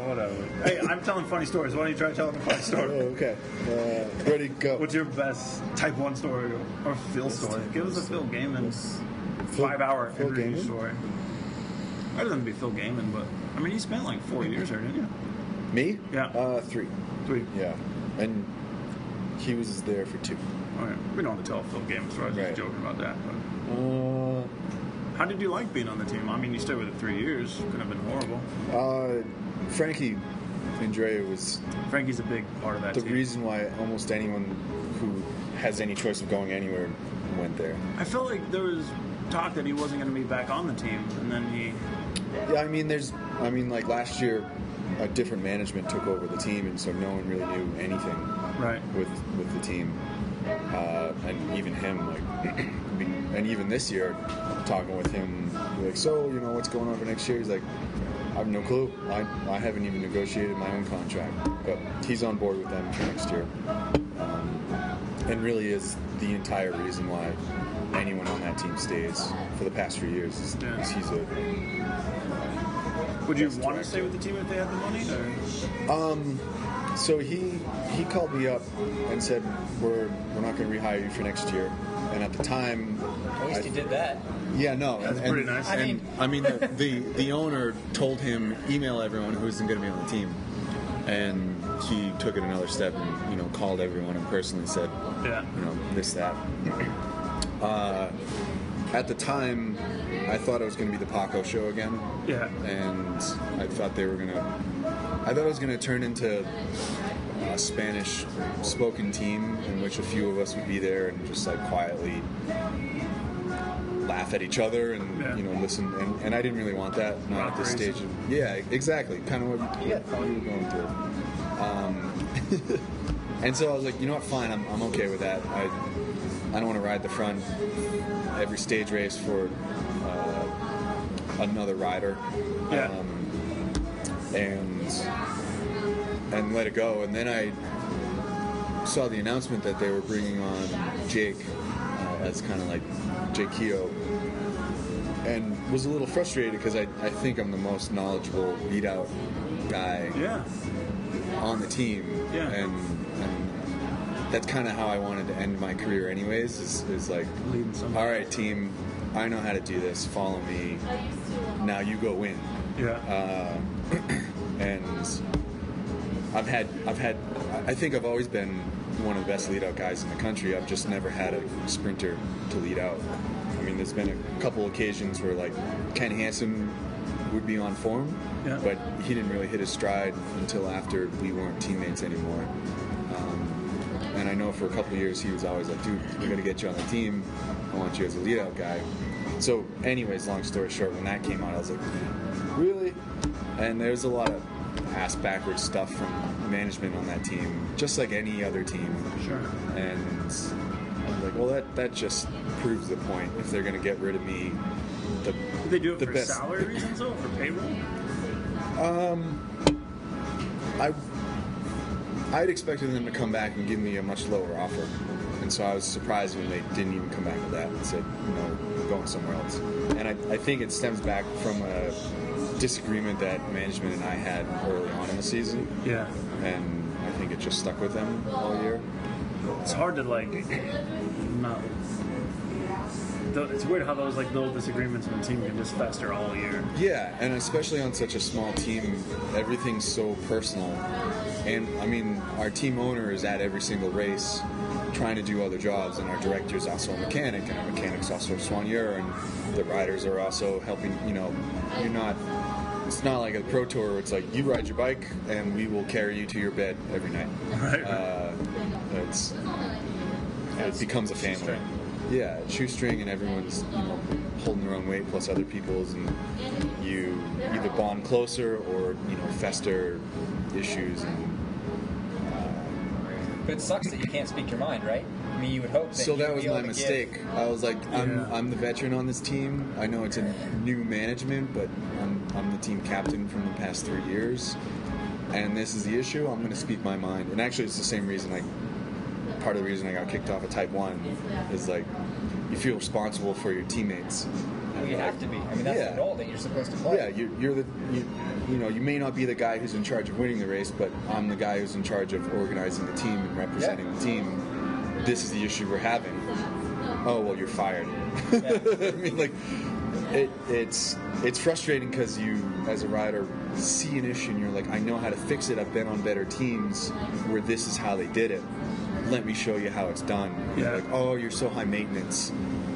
Speaker 7: whatever. Hey, I'm telling funny stories. Why don't you try telling a funny
Speaker 10: Oh,
Speaker 7: story?
Speaker 10: okay. Uh, ready, go.
Speaker 7: What's your best Type One story or Phil story? Give us a Phil Gaiman five-hour
Speaker 10: Phil
Speaker 7: interview
Speaker 10: Gaiman?
Speaker 7: story. I'd rather be Phil Gaiman, but I mean, you spent like four years there, didn't you?
Speaker 10: Me?
Speaker 7: Yeah.
Speaker 10: Uh, three.
Speaker 7: Three.
Speaker 10: Yeah. And he was there for two.
Speaker 7: All right. We don't have to tell Phil Gaiman stories. I was
Speaker 10: Right.
Speaker 7: just joking about that. But.
Speaker 10: Uh,
Speaker 7: How did you like being on the team? I mean, you stayed with it three years. Could have been horrible.
Speaker 10: uh, Frankie Andrea was
Speaker 7: Frankie's a big part of that
Speaker 10: the
Speaker 7: team.
Speaker 10: reason why almost anyone who has any choice of going anywhere went there.
Speaker 7: I felt like there was talk that he wasn't going to be back on the team, and then he.
Speaker 10: Yeah, I mean, there's, I mean, like last year, a different management took over the team, and so no one really knew anything
Speaker 7: Right.
Speaker 10: with with the team, uh, and even him, like, and even this year, talking with him, like, so you know what's going on for next year? He's like, I have no clue. I I haven't even negotiated my own contract, but he's on board with them for next year, um, and really is the entire reason why anyone on that team stays for the past few years is,
Speaker 7: Yeah.
Speaker 10: is he's a
Speaker 7: Would you
Speaker 10: Best
Speaker 7: want
Speaker 10: director.
Speaker 7: to stay with the team if they had the money? Or?
Speaker 10: So he he called me up and said we're we're not going to rehire you for next year. And at the time,
Speaker 6: At least
Speaker 10: I-
Speaker 6: you did that.
Speaker 10: yeah, no,
Speaker 7: That's
Speaker 10: and-
Speaker 7: pretty nice.
Speaker 6: I
Speaker 10: and-
Speaker 6: mean-
Speaker 10: I mean, the, the the owner told him email everyone who isn't going to be on the team, and he took it another step and you know called everyone and personally said,
Speaker 7: Yeah.
Speaker 10: you know this that. Uh, at the time, I thought it was going to be the Paco show again
Speaker 7: Yeah.
Speaker 10: and I thought they were gonna. I thought it was gonna turn into a Spanish-spoken team in which a few of us would be there and just like quietly laugh at each other and
Speaker 7: Yeah.
Speaker 10: you know listen. And, and I didn't really want that not
Speaker 7: Rock
Speaker 10: at this
Speaker 7: racing.
Speaker 10: stage. Of, yeah, exactly. Kind of what yeah. you were going through. Um, and so I was like, you know what? Fine, I'm, I'm okay with that. I I don't want to ride the front every stage race for uh, another rider
Speaker 7: Yeah.
Speaker 10: Um, and and let it go. And then I saw the announcement that they were bringing on Jake uh, as kind of like Jake Keogh, and was a little frustrated because I, I think I'm the most knowledgeable beat out guy
Speaker 7: yeah.
Speaker 10: on the team,
Speaker 7: Yeah.
Speaker 10: and, and that's kind of how I wanted to end my career, anyways. Is, is like,
Speaker 7: Leading some-
Speaker 10: all right, team, I know how to do this. Follow me. Now you go win Um,
Speaker 7: Yeah.
Speaker 10: and I've had I've had I think I've always been one of the best lead out guys in the country. I've just never had a sprinter to lead out. I mean, there's been a couple occasions where like Ken Hansen would be on form,
Speaker 11: Yeah.
Speaker 10: but he didn't really hit his stride until after we weren't teammates anymore. Um, and I know for a couple of years he was always like, dude, we're going to get you on the team. I want you as a lead out guy. So, anyways, long story short, when that came out, I was like, really? And there's a lot of ass backwards stuff from management on that team, just like any other team. Sure. And I was like, well, that, that just proves the point. If they're going to get rid of me, the,
Speaker 7: They do it
Speaker 10: the
Speaker 7: for
Speaker 10: best.
Speaker 7: salary reasons, though, for payroll.
Speaker 10: I I'd expected them to come back and give me a much lower offer, and so I was surprised when they didn't even come back with that and said, "No, we're going somewhere else." And I, I think it stems back from a disagreement that management and I had early on in the season,
Speaker 7: Yeah,
Speaker 10: and I think it just stuck with them all year.
Speaker 7: it's hard to like not. Though It's weird how those like little disagreements in the team can just fester all year.
Speaker 10: Yeah, and especially on such a small team, everything's so personal. And I mean, our team owner is at every single race trying to do other jobs, and our director is also a mechanic, and our mechanic's also a soigneur, and the riders are also helping. You know, you're not. It's not like a pro tour. Where it's like you ride your bike, and we will carry you to your bed every night.
Speaker 7: Right.
Speaker 10: Uh, it's it becomes a family. Yeah, shoestring, and everyone's you know holding their own weight, plus other people's, and you either bond closer or you know fester issues. And
Speaker 6: But it sucks that you can't speak your mind, right? I mean, you would hope that.
Speaker 10: so
Speaker 6: you'd
Speaker 10: that was
Speaker 6: be able
Speaker 10: my
Speaker 6: to give-
Speaker 10: mistake. I was like, I'm I'm the veteran on this team. I know it's a new management, but I'm I'm the team captain from the past three years, and this is the issue. I'm going to speak my mind. And actually, it's the same reason I part of the reason I got kicked off of Type One is like you feel responsible for your teammates.
Speaker 6: Well, you have to be. I mean, that's
Speaker 10: Yeah.
Speaker 6: the role that you're supposed to play.
Speaker 10: um, Yeah, you, you're the you, you know you may not be the guy who's in charge of winning the race, but I'm the guy who's in charge of organizing the team and representing the team. This is the issue we're having. Oh well, you're fired. I mean, like it, it's it's frustrating because you, as a rider, see an issue and you're like, I know how to fix it. I've been on better teams where this is how they did it. Let me show you how it's done. And you're
Speaker 7: Yeah.
Speaker 10: Like, oh, you're so high maintenance.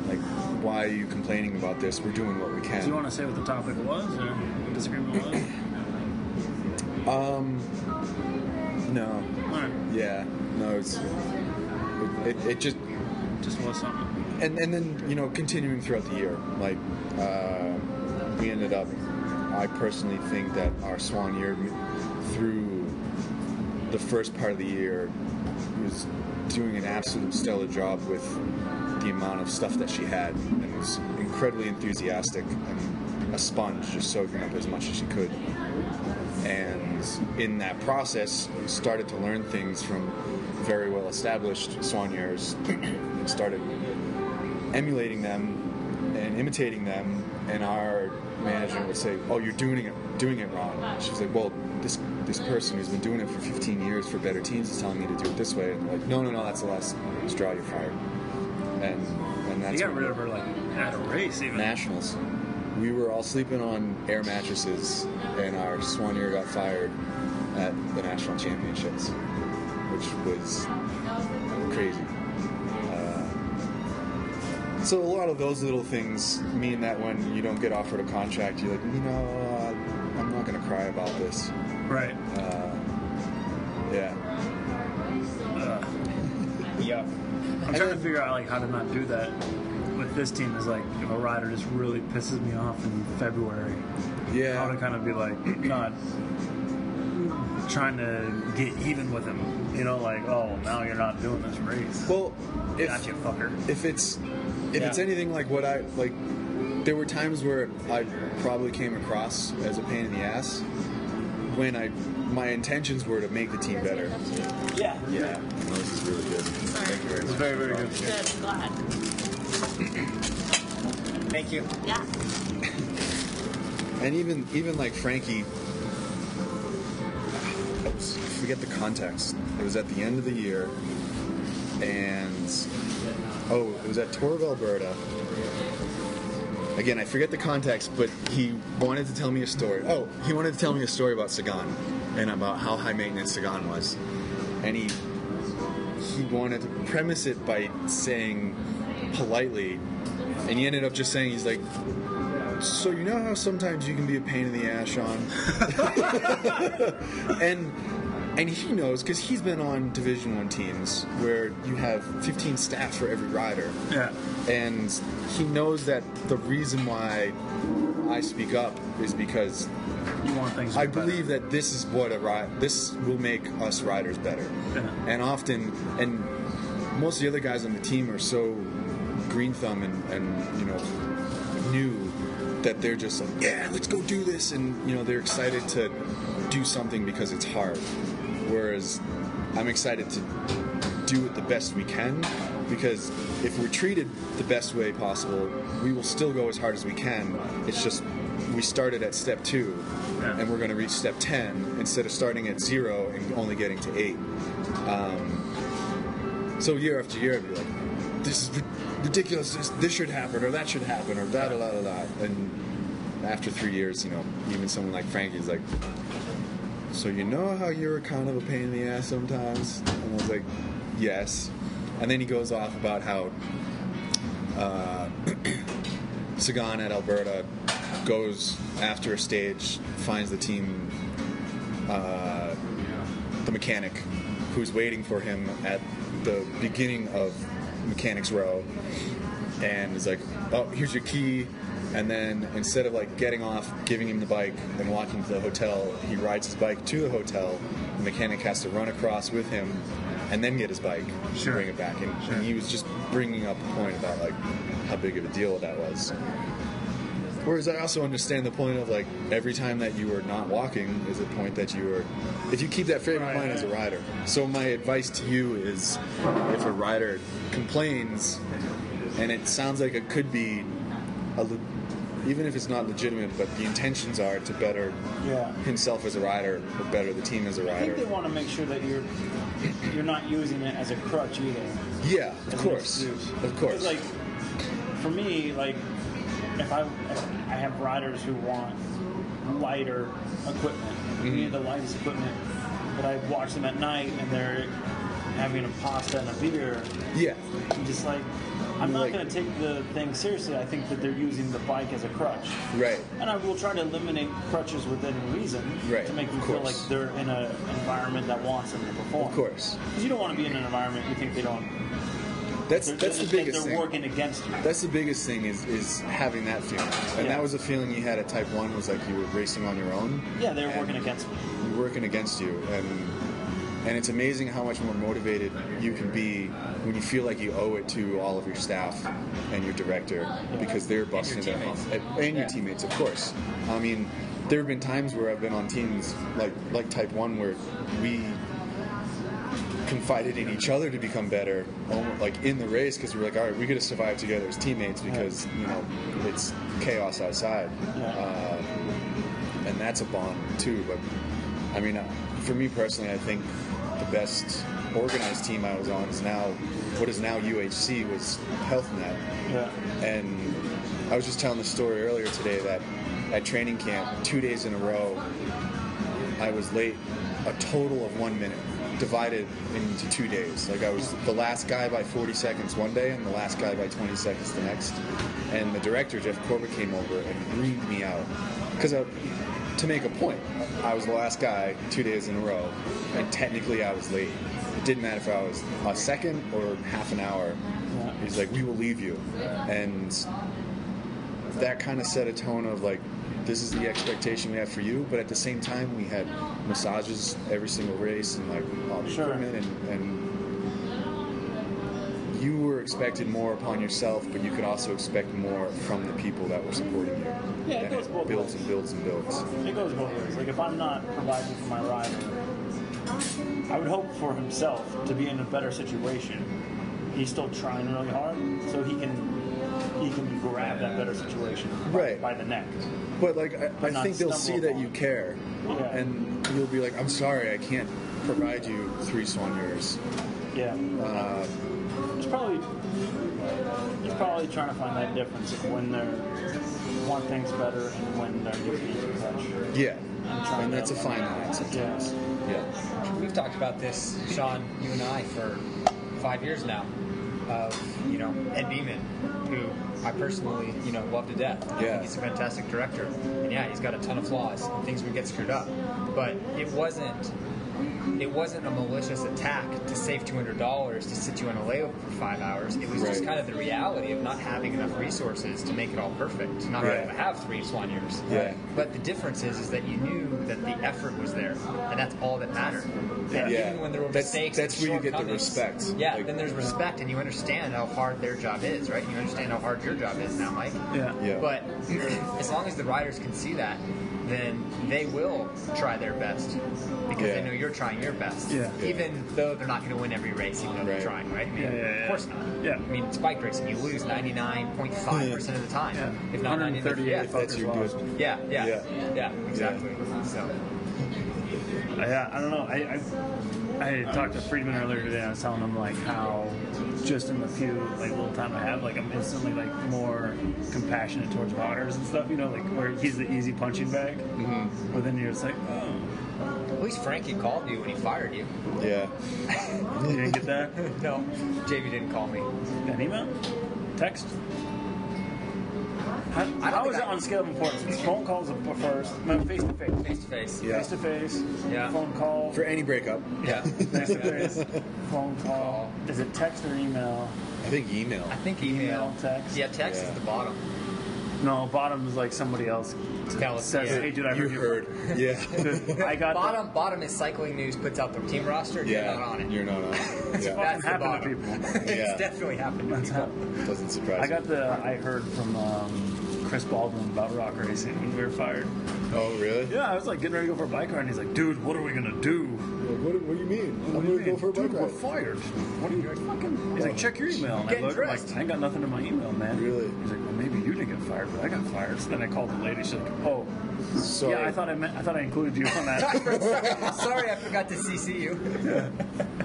Speaker 10: Like, why are you complaining about this? We're doing what we can.
Speaker 7: Do you want to say what the topic was or what the disagreement was?
Speaker 10: No.
Speaker 7: All right,
Speaker 10: Yeah. No. It's it, it, it just
Speaker 7: just was something.
Speaker 10: and and then you know continuing throughout the year, like uh, we ended up. I personally think that our swan year through the first part of the year was doing an absolute stellar job with the amount of stuff that she had and was incredibly enthusiastic and a sponge just soaking up as much as she could and in that process started to learn things from very well established soigneurs and started emulating them and imitating them and our manager would say oh you're doing it doing it wrong she's like well this this person who's been doing it for 15 years for better teams is telling me to do it this way and they're like no no no that's the last straw you're fired and and
Speaker 7: They
Speaker 10: that's
Speaker 7: got
Speaker 10: when-
Speaker 7: rid of her like at a race even.
Speaker 10: nationals. We were all sleeping on air mattresses, and our swan year got fired at the national championships, which was crazy. Uh, so a lot of those little things mean that when you don't get offered a contract, you're like, you know, uh, I'm not gonna cry about this.
Speaker 7: Right.
Speaker 10: Yeah.
Speaker 6: Yeah.
Speaker 7: I'm trying to figure out like how to not do that with this team. Is like if a rider just really pisses me off in February, how to
Speaker 10: Yeah.
Speaker 7: kind of be like not trying to get even with him. You know, like oh now you're not doing this race.
Speaker 10: Well, if,
Speaker 7: gotcha, fucker.
Speaker 10: if it's if it's
Speaker 6: Yeah.
Speaker 10: anything like what I like, there were times where I probably came across as a pain in the ass when I my intentions were to make the team better.
Speaker 6: Yeah.
Speaker 10: Yeah, this is really good. Thank you very much.
Speaker 7: Very very good.
Speaker 12: Good, I'm glad.
Speaker 6: Thank you.
Speaker 12: Yeah.
Speaker 10: And even even like Frankie, I was- I forget the context. It was at the end of the year, and oh, it was at Tour of Alberta. Again, I forget the context, but he wanted to tell me a story. Oh, he wanted to tell me a story about Sagan and about how high maintenance Sagan was, and he he wanted to premise it by saying politely, and he ended up just saying he's like
Speaker 5: So you know how sometimes you can be a pain in the ass, Sean, and and he knows because he's been on Division One teams where you have 15 staff for every rider,
Speaker 10: Yeah.
Speaker 5: and he knows that the reason why I speak up is because
Speaker 10: You want things. to
Speaker 5: I
Speaker 10: be better.
Speaker 5: believe that this is what a ride. This will make us riders better.
Speaker 10: Yeah.
Speaker 5: And often, and most of the other guys on the team are so green thumb and, and you know new that they're just like, yeah, let's go do this, and you know they're excited to do something because it's hard. Whereas I'm excited to do it the best we can because if we're treated the best way possible, we will still go as hard as we can. It's just we started at step two
Speaker 10: Yeah.
Speaker 5: and we're going to reach step 10 instead of starting at zero and only getting to eight. Um, so year after year, I'd be like, this is rid- ridiculous. This, this should happen or that should happen or da da da da da. And after three years, you know, even someone like Frankie's like, so you know how you're kind of a pain in the ass sometimes? And I was like, yes. And then he goes off about how uh, Sagan at Alberta goes after a stage, finds the team, uh, the mechanic, who's waiting for him at the beginning of Mechanics Row, and is like, "Oh, here's your key." And then instead of like getting off, giving him the bike, and walking to the hotel, he rides his bike to the hotel. The mechanic has to run across with him, and then get his bike
Speaker 10: Sure.
Speaker 5: and bring it back. And,
Speaker 10: Sure.
Speaker 5: and he was just bringing up a point about like how big of a deal that was. Whereas I also understand the point of like every time that you are not walking is a point that you are. If you keep that frame of mind as a rider, so my advice to you is, if a rider complains, and it sounds like it could be, a, le- even if it's not legitimate, but the intentions are to better
Speaker 7: Yeah.
Speaker 5: himself as a rider or better the team as a
Speaker 7: I think they
Speaker 5: rider.
Speaker 7: want to make sure that you're you're not using it as a crutch either.
Speaker 5: Yeah, of
Speaker 7: as an
Speaker 5: course,
Speaker 7: excuse.
Speaker 5: of
Speaker 7: 'Cause,
Speaker 5: course.
Speaker 7: Like for me, like if I if I have riders who want lighter equipment, we need the lightest equipment. But I watch them at night and they're having a pasta and a beer.
Speaker 5: yeah,
Speaker 7: I'm just like I'm not
Speaker 5: Like-
Speaker 7: going to take the thing seriously. I think that they're using the bike as a crutch.
Speaker 5: right.
Speaker 7: And I will try to eliminate crutches within reason
Speaker 5: Right,
Speaker 7: to make them
Speaker 5: of
Speaker 7: feel like
Speaker 5: course.
Speaker 7: they're in an environment that wants them to perform.
Speaker 5: Of course,
Speaker 7: 'Cause you don't want to be in an environment you think they don't.
Speaker 5: that's
Speaker 7: They're,
Speaker 5: that's
Speaker 7: they're-
Speaker 5: the biggest
Speaker 7: They're
Speaker 5: thing.
Speaker 7: working against you.
Speaker 5: That's the biggest thing is is having that feeling, and
Speaker 7: Yeah.
Speaker 5: that was a feeling you had at Type One was like you were racing on your own.
Speaker 7: Yeah, they're
Speaker 5: and
Speaker 7: working against me.
Speaker 5: You're working against you, and and it's amazing how much more motivated you can be when you feel like you owe it to all of your staff and your director because they're busting their ass and your teammates, of course. I mean, there have been times where I've been on teams like like Type One where we confided in each other to become better, almo- like in the race, because we were like, all right, we got to survive together as teammates because you know it's chaos outside, uh, and that's a bond too. But I mean, uh, for me personally, I think the best organized team I was on is now what is now UHC was HealthNet,
Speaker 7: Yeah.
Speaker 5: and I was just telling the story earlier today that at training camp, two days in a row, I was late a total of one minute, divided into two days. Like I was the last guy by 40 seconds one day and the last guy by 20 seconds the next. And the director, Jeff Corbett, came over and reamed me out. Because to make a point, I was the last guy two days in a row, and technically I was late. It didn't matter if I was a second or half an hour. He's like, we will leave you. And that kind of set a tone of like this is the expectation we have for you but at the same time we had massages every single race and like all the
Speaker 7: Sure.
Speaker 5: equipment and, and you were expected more upon yourself but you could also expect more from the people that were supporting you
Speaker 7: Yeah, it
Speaker 5: and
Speaker 7: goes both
Speaker 5: it builds
Speaker 7: ways.
Speaker 5: and builds and builds
Speaker 7: It goes both ways. Like if I'm not providing for my rider, I would hope for himself to be in a better situation. He's still trying really hard, so he can he can grab that better situation by,
Speaker 5: Right.
Speaker 7: by the neck.
Speaker 5: But like, I,
Speaker 7: But
Speaker 5: I
Speaker 7: not
Speaker 5: think they'll see
Speaker 7: stumble
Speaker 5: that
Speaker 7: upon.
Speaker 5: you care,
Speaker 7: Yeah.
Speaker 5: and you'll be like, "I'm sorry, I can't provide you three swan years."
Speaker 7: Yeah. it's probably he's probably trying to find that difference of when they want things better and when they're using it as a crutch.
Speaker 5: Yeah,
Speaker 7: trying
Speaker 5: and that's a
Speaker 7: to-
Speaker 5: fine line sometimes. yeah.
Speaker 6: We've talked about this, Sean, you and I, for five years now. Of you know Ed Beeman who I personally, you know, love to death. I
Speaker 10: Yeah.
Speaker 6: think he's a fantastic director. And yeah, he's got a ton of flaws and things would get screwed up. But it wasn't it wasn't a malicious attack to save two hundred dollars to sit you on a layover for five hours. It was just
Speaker 10: Right.
Speaker 6: kind of the reality of not having enough resources to make it all perfect, to not being
Speaker 10: Right.
Speaker 6: able to have three swan years.
Speaker 10: Yeah.
Speaker 6: But the difference is, is that you knew that the effort was there, and that's all that mattered. And
Speaker 10: Yeah.
Speaker 6: even when there were
Speaker 10: That's-
Speaker 6: mistakes,
Speaker 10: that's
Speaker 6: and
Speaker 10: where you get the
Speaker 6: shortcomings-
Speaker 10: respect.
Speaker 6: Yeah,
Speaker 10: Like-
Speaker 6: then there's respect, and you understand how hard their job is, right? You understand how hard your job is now, Mike.
Speaker 9: Yeah.
Speaker 10: Yeah.
Speaker 6: But as long as the riders can see that, then they will try their best because
Speaker 10: Yeah.
Speaker 6: they know you're trying your best.
Speaker 9: Yeah.
Speaker 6: Even though they're not going to win every race, even though
Speaker 10: Right.
Speaker 6: they're trying, right? I mean,
Speaker 9: Yeah, yeah, yeah.
Speaker 6: Of course not.
Speaker 9: Yeah.
Speaker 6: I mean, it's bike racing. You lose 99.5% of the time.
Speaker 9: Yeah.
Speaker 6: If not 99 yeah,
Speaker 9: 138
Speaker 6: yeah,
Speaker 10: That's your good.
Speaker 6: yeah,
Speaker 10: Yeah.
Speaker 6: yeah, exactly. So,
Speaker 7: Yeah, I don't know. I, I, I had talked to Friedman earlier today. And I was telling him like how just in the few like little time I have, like I'm instantly like more compassionate towards riders and stuff. You know, like where he's the easy punching bag,
Speaker 6: Mm-hmm.
Speaker 7: but then you're just like, oh,
Speaker 6: at least Frankie called you when he fired you.
Speaker 10: Yeah.
Speaker 7: you didn't get that?
Speaker 6: no, JV didn't call me.
Speaker 7: An email, text. How,
Speaker 6: I don't
Speaker 7: how is
Speaker 6: think
Speaker 7: it
Speaker 6: I-
Speaker 7: on scale of importance? Phone calls are first, face to face,
Speaker 6: Face to face.
Speaker 10: Yeah.
Speaker 7: face to face,
Speaker 6: Yeah.
Speaker 7: phone call,
Speaker 10: For any breakup,
Speaker 6: Yeah.
Speaker 7: face to face, phone call. Is it text or email?
Speaker 10: I think email.
Speaker 6: I think
Speaker 7: Email,
Speaker 6: email.
Speaker 7: text.
Speaker 6: Yeah, text
Speaker 10: Yeah.
Speaker 6: is the bottom.
Speaker 7: No, bottom is like somebody else
Speaker 6: Tell us.
Speaker 7: says,
Speaker 6: yeah.
Speaker 7: "Hey, dude, I
Speaker 10: you
Speaker 7: heard you."
Speaker 10: heard. Yeah.
Speaker 7: I got the-
Speaker 6: bottom bottom is cycling news puts out their team roster.
Speaker 10: yeah.
Speaker 6: You're not on it.
Speaker 10: You're not on it. Yeah.
Speaker 6: That's the
Speaker 7: happened to
Speaker 6: bottom.
Speaker 10: Yeah.
Speaker 6: it's definitely happened. To
Speaker 7: That's
Speaker 6: people.
Speaker 7: how,
Speaker 10: Doesn't surprise
Speaker 7: I got the I heard from um, Chris Baldwin about rock racing when we were fired.
Speaker 10: me. Oh, really?
Speaker 7: Yeah, I was like getting ready to go for a bike ride, and he's like, "Dude, what are we gonna do?"
Speaker 10: Like, what, what do you mean?
Speaker 7: What
Speaker 10: I'm
Speaker 7: do
Speaker 10: going
Speaker 7: you
Speaker 10: to go
Speaker 7: mean?
Speaker 10: for a bike
Speaker 7: Dude,
Speaker 10: ride.
Speaker 7: We're fired. What are you fucking? He's like, "Check your email." And I
Speaker 6: Getting
Speaker 7: looked, I'm
Speaker 6: dressed.
Speaker 7: like, I ain't got nothing in my email, man.
Speaker 10: Really?
Speaker 7: He's like, "Well, maybe you didn't get fired, but I got fired." So then I called the lady. She's like, "Oh,
Speaker 10: Sorry.
Speaker 7: yeah, I thought I meant, I thought I included you on that."
Speaker 6: Sorry, I forgot to CC you.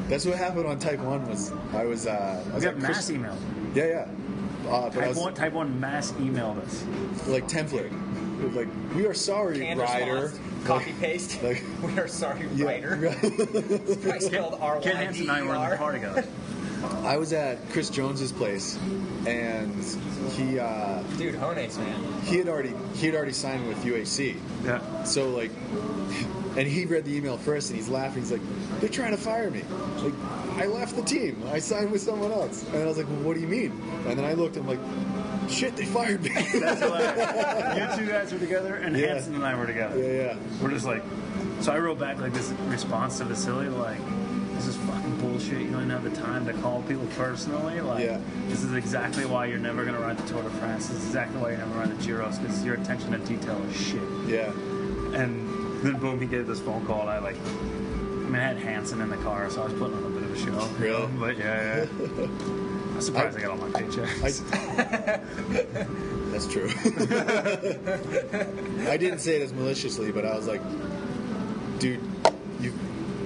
Speaker 10: That's what happened on Type 1 was I was, uh, I
Speaker 7: We
Speaker 10: was
Speaker 7: got
Speaker 10: at Chris-
Speaker 7: mass email.
Speaker 10: Yeah,
Speaker 5: Ah,
Speaker 10: yeah. Uh, but I
Speaker 7: Type
Speaker 10: was
Speaker 7: one, type one mass emailed us.
Speaker 10: like template. It was Like, we are sorry,
Speaker 6: And
Speaker 10: Ryder.
Speaker 6: response, copy paste.
Speaker 10: like-
Speaker 6: we are sorry,
Speaker 10: Yeah,
Speaker 6: writer. I spelled R
Speaker 7: Ken
Speaker 6: Y D
Speaker 7: Hansen
Speaker 6: E
Speaker 7: and I were in the
Speaker 6: R.
Speaker 7: car together.
Speaker 10: I was at Chris Jones's place, and he uh,
Speaker 6: Dude, Hones, man.
Speaker 10: he had already he had already signed with UAC.
Speaker 7: Yeah.
Speaker 10: So like, and he read the email first, and he's laughing. He's like, "They're trying to fire me. Like, I left the team. I signed with someone else." And I was like, well, "What do you mean?" And then I looked. I'm like, "Shit, they fired me." yeah,
Speaker 7: That's hilarious. you two guys were together, and
Speaker 10: Yeah.
Speaker 7: Hanson and I were together.
Speaker 10: yeah,
Speaker 7: We're just like, so I wrote back like this response to Vasily, like, this is fucking bullshit. You don't even have the time to call people personally. Like,
Speaker 10: Yeah.
Speaker 7: this is exactly why you're never gonna ride the Tour de France. This is exactly why you're never ride the Giros because your attention to detail is shit.
Speaker 10: yeah.
Speaker 7: And then boom, he gave this phone call, and I like. I mean, I had Hanson in the car, so I was putting on a bit of a show.
Speaker 10: Really?
Speaker 7: But yeah, yeah. I'm surprised I, got all my paychecks.
Speaker 10: I, that's true. I didn't say it as maliciously, but I was like, dude, you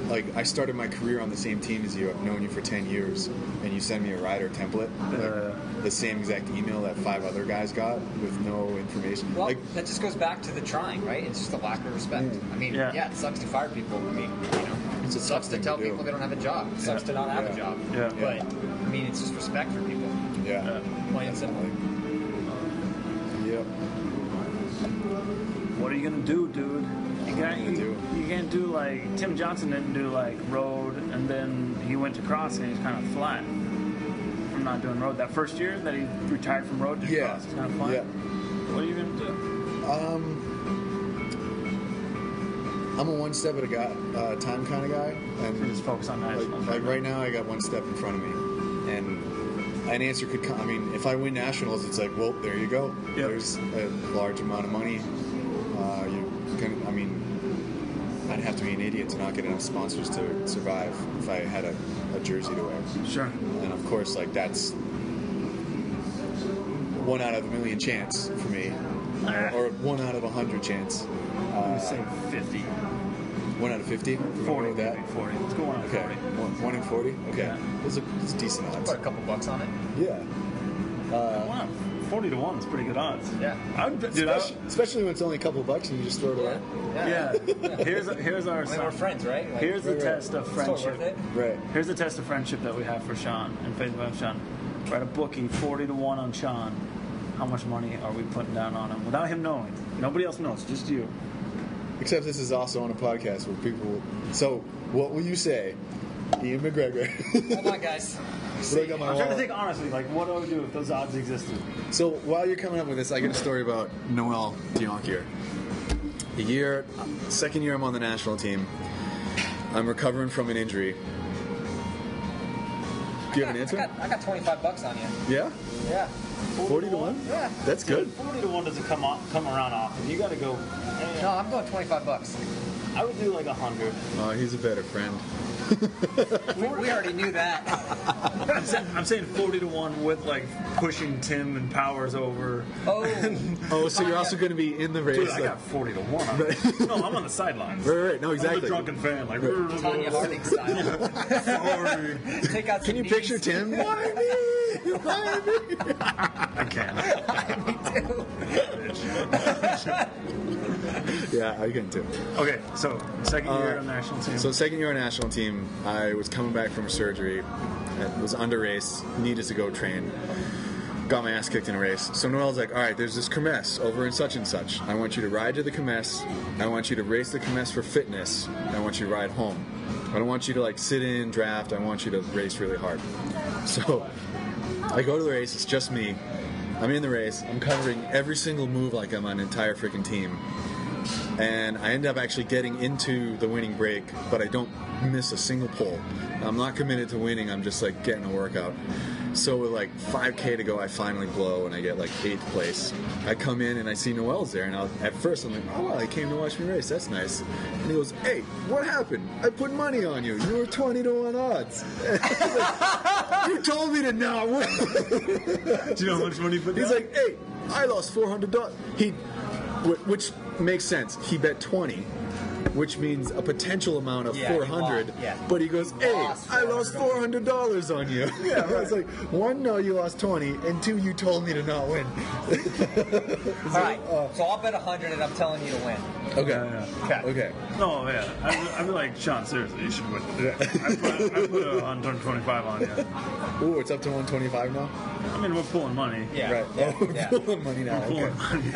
Speaker 10: like I started my career on the same team as you. I've known you for ten years, and you send me a rider template,
Speaker 7: Uh.
Speaker 10: like, the same exact email that five other guys got with no information.
Speaker 6: Well,
Speaker 10: like, Mm.
Speaker 6: that just goes back to the trying, right? It's just a lack of respect. I mean,
Speaker 7: Yeah.
Speaker 6: yeah. it sucks to fire people. I mean, you know,
Speaker 10: It's a
Speaker 6: it
Speaker 10: tough
Speaker 6: sucks to
Speaker 10: thing
Speaker 6: tell
Speaker 10: to do.
Speaker 6: people they don't have a job. It sucks to not have
Speaker 10: Yeah.
Speaker 6: a job.
Speaker 7: Yeah.
Speaker 6: But I mean, it's just respect for people.
Speaker 10: yeah,
Speaker 6: Plain and simple.
Speaker 10: yep,
Speaker 7: What are you gonna do, dude? You can't
Speaker 10: you gonna
Speaker 7: you,
Speaker 10: do?
Speaker 7: you can't do like Tim Johnson didn't do like road, and then he went to cross, and he's kind of flat. I'm not doing road. That first year that he retired from road to
Speaker 10: Yeah.
Speaker 7: cross, he's kind of flat.
Speaker 10: Yeah.
Speaker 7: What are you gonna do?
Speaker 10: I'm a one step at a guy, uh, time kind of guy,
Speaker 7: You
Speaker 10: and
Speaker 7: just focus on national.
Speaker 10: Like, like right now, I got one step in front of me, and an answer could come. I mean, if I win nationals, it's like, well, there you go. There's a large amount of money. Uh, you can, I mean, I'd have to be an idiot to not get enough sponsors to survive if I had a, a jersey to wear.
Speaker 7: sure.
Speaker 10: And of course, like that's one out of a million chance for me, or one out of a hundred chance,
Speaker 7: I'm gonna say 50,
Speaker 10: one out of fifty.
Speaker 7: 40,
Speaker 10: Remember that.
Speaker 7: maybe 40. Let's go on
Speaker 10: Okay,
Speaker 7: 40.
Speaker 10: one, one in forty. Okay,
Speaker 7: Yeah.
Speaker 10: those are it's decent odds.
Speaker 6: Put a couple bucks on it.
Speaker 10: Yeah.
Speaker 7: Wow, 40 to one is pretty good odds.
Speaker 6: Yeah.
Speaker 7: I would, dude. I,
Speaker 10: Especially, especially when it's only a couple bucks and you just throw it away.
Speaker 7: yeah. Here's here's our
Speaker 6: I mean, we're friends, right? Like,
Speaker 7: here's the
Speaker 10: Right, right.
Speaker 7: test of
Speaker 6: it's still
Speaker 7: friendship.
Speaker 6: worth it.
Speaker 10: Right.
Speaker 7: Here's a test of friendship that we have for Sean and faith about Sean. We're at a booking 40 to 1 on Sean. How much money are we putting down on him without him knowing? Nobody else knows, just you.
Speaker 10: Except this is also on a podcast where people. Will, so, what will you say, Ian McGregor?
Speaker 6: Hold on, guys.
Speaker 10: Look at my
Speaker 7: I'm trying to
Speaker 10: wallet.
Speaker 7: think honestly, like, what I would do if those odds existed.
Speaker 10: So while you're coming up with this, I get a story about Noel Dionkier. The year, second year I'm on the national team. I'm recovering from an injury. Do you have an
Speaker 6: I
Speaker 10: answer?
Speaker 6: got, I got 25 bucks on you.
Speaker 10: Yeah,
Speaker 6: Yeah.
Speaker 10: forty to one.
Speaker 6: Yeah.
Speaker 10: That's good.
Speaker 7: 40 to 1 doesn't come, off, come around often. You gotta go.
Speaker 6: No, I'm going 25 bucks.
Speaker 7: I would do like 100.
Speaker 10: Oh, he's a better friend.
Speaker 6: We, we already knew that.
Speaker 7: I'm, sa- I'm saying 40 to 1 with like pushing Tim and Powers over.
Speaker 6: Oh,
Speaker 10: Oh, so you're also going to be in the race.
Speaker 7: Dude, I
Speaker 10: then.
Speaker 7: got 40 to 1. no, I'm on the sidelines.
Speaker 10: Right, right, no,
Speaker 7: I'm the
Speaker 10: exactly.
Speaker 7: drunken fan. Like,
Speaker 6: Tanya Harding style. Take out
Speaker 10: Can you picture Tim? Why me? Why me?
Speaker 7: I can't.
Speaker 10: Yeah, I can too.
Speaker 7: Okay, so second year
Speaker 10: Uh,
Speaker 7: on national team.
Speaker 10: So second year on national team, I was coming back from surgery. I was under race, needed to go train. Got my ass kicked in a race. So Noel's like, all right, there's this kermesse over in such and such. I want you to ride to the kermesse. I want you to race the kermesse for fitness. I want you to ride home. I don't want you to like sit in draft. I want you to race really hard. So I go to the race. It's just me. I'm in the race. I'm covering every single move like I'm on an entire freaking team and I end up actually getting into the winning break, but I don't miss a single pole. I'm not committed to winning. I'm just like getting a workout. So with like 5k to go, I finally blow and I get like eighth place. I come in and I see Noel's there, and I'll, at first I'm like, oh well, he came to watch me race. That's nice. And he goes, hey, what happened? I put money on you. You were 20 to one odds. you told me to not win.
Speaker 1: Do you know how much money you put
Speaker 10: He's
Speaker 1: down?
Speaker 10: like, hey, I lost four hundred dollars. He, wh- which makes sense. He bet twenty, which means a potential amount of
Speaker 6: Yeah, he
Speaker 10: four hundred.
Speaker 6: lost, yeah.
Speaker 10: But he goes, hey,
Speaker 6: lost
Speaker 10: I lost four hundred dollars on you. Yeah, I was like, one, no, you lost twenty, and two, you told me to not win.
Speaker 6: All right. So I'll bet 100 and I'm telling you to win.
Speaker 10: Okay.
Speaker 6: Okay.
Speaker 10: Okay.
Speaker 1: No, Oh, yeah. I would- I would be like, Sean, seriously, you should win. I put, I put a 125 on you.
Speaker 10: Ooh, it's up to one twenty-five now.
Speaker 1: I mean, we're pulling money.
Speaker 6: Yeah.
Speaker 10: Right.
Speaker 6: Yeah.
Speaker 10: Oh, we're
Speaker 6: yeah.
Speaker 10: pulling money now. Okay.
Speaker 1: Pulling money.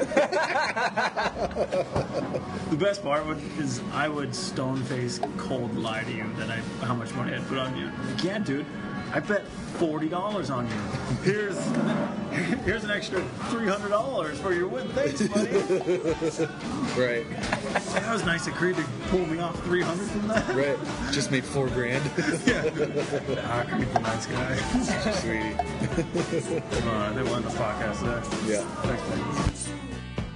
Speaker 1: the best part would, is I would stone face cold lie to you that I how much money I'd put on you. You can't, dude. I bet forty dollars on you. Here's here's an extra three hundred dollars for your win. Thanks, buddy.
Speaker 10: Right.
Speaker 1: that was nice of Creed to pull me off three hundred from that.
Speaker 10: Right. Just made four grand,
Speaker 1: Ah, Creed's a nice guy.
Speaker 10: sweetie.
Speaker 1: Uh, they won the podcast there.
Speaker 10: Yeah.
Speaker 1: Thanks, man.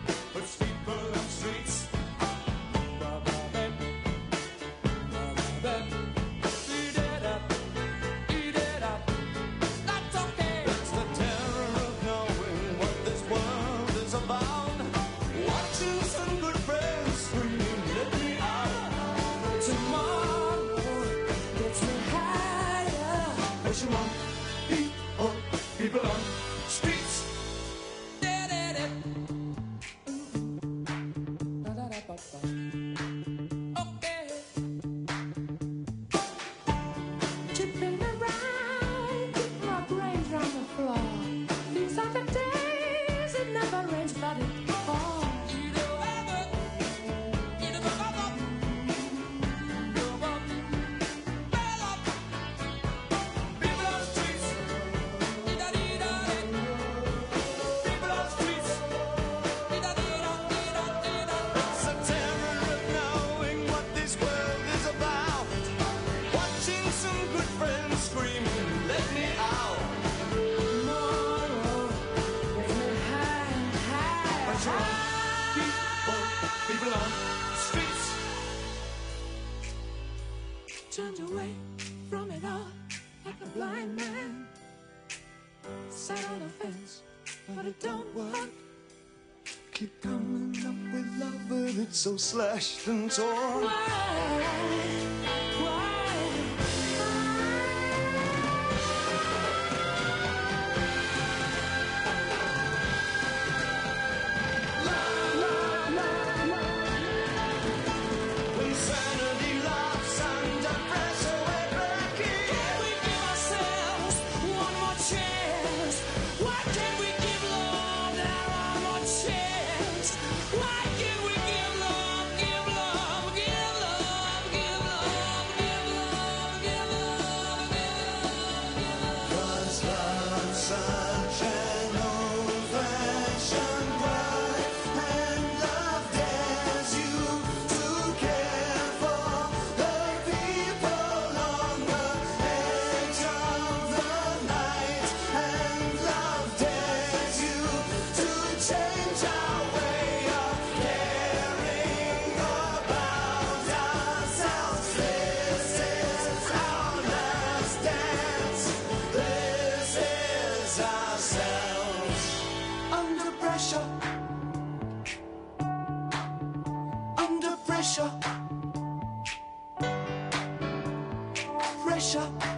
Speaker 4: Tipping around, keep my brains on the floor. These are the days it never rains, but it falls. Turned away from it all like a blind man. Sat on a fence, but it don't work.
Speaker 3: Keep coming up with love, but it's so slashed and torn.
Speaker 4: Why? Why?
Speaker 3: Insanity laughs under pressure. We're breaking. Can we give ourselves one more chance?
Speaker 4: Pressure. Pressure.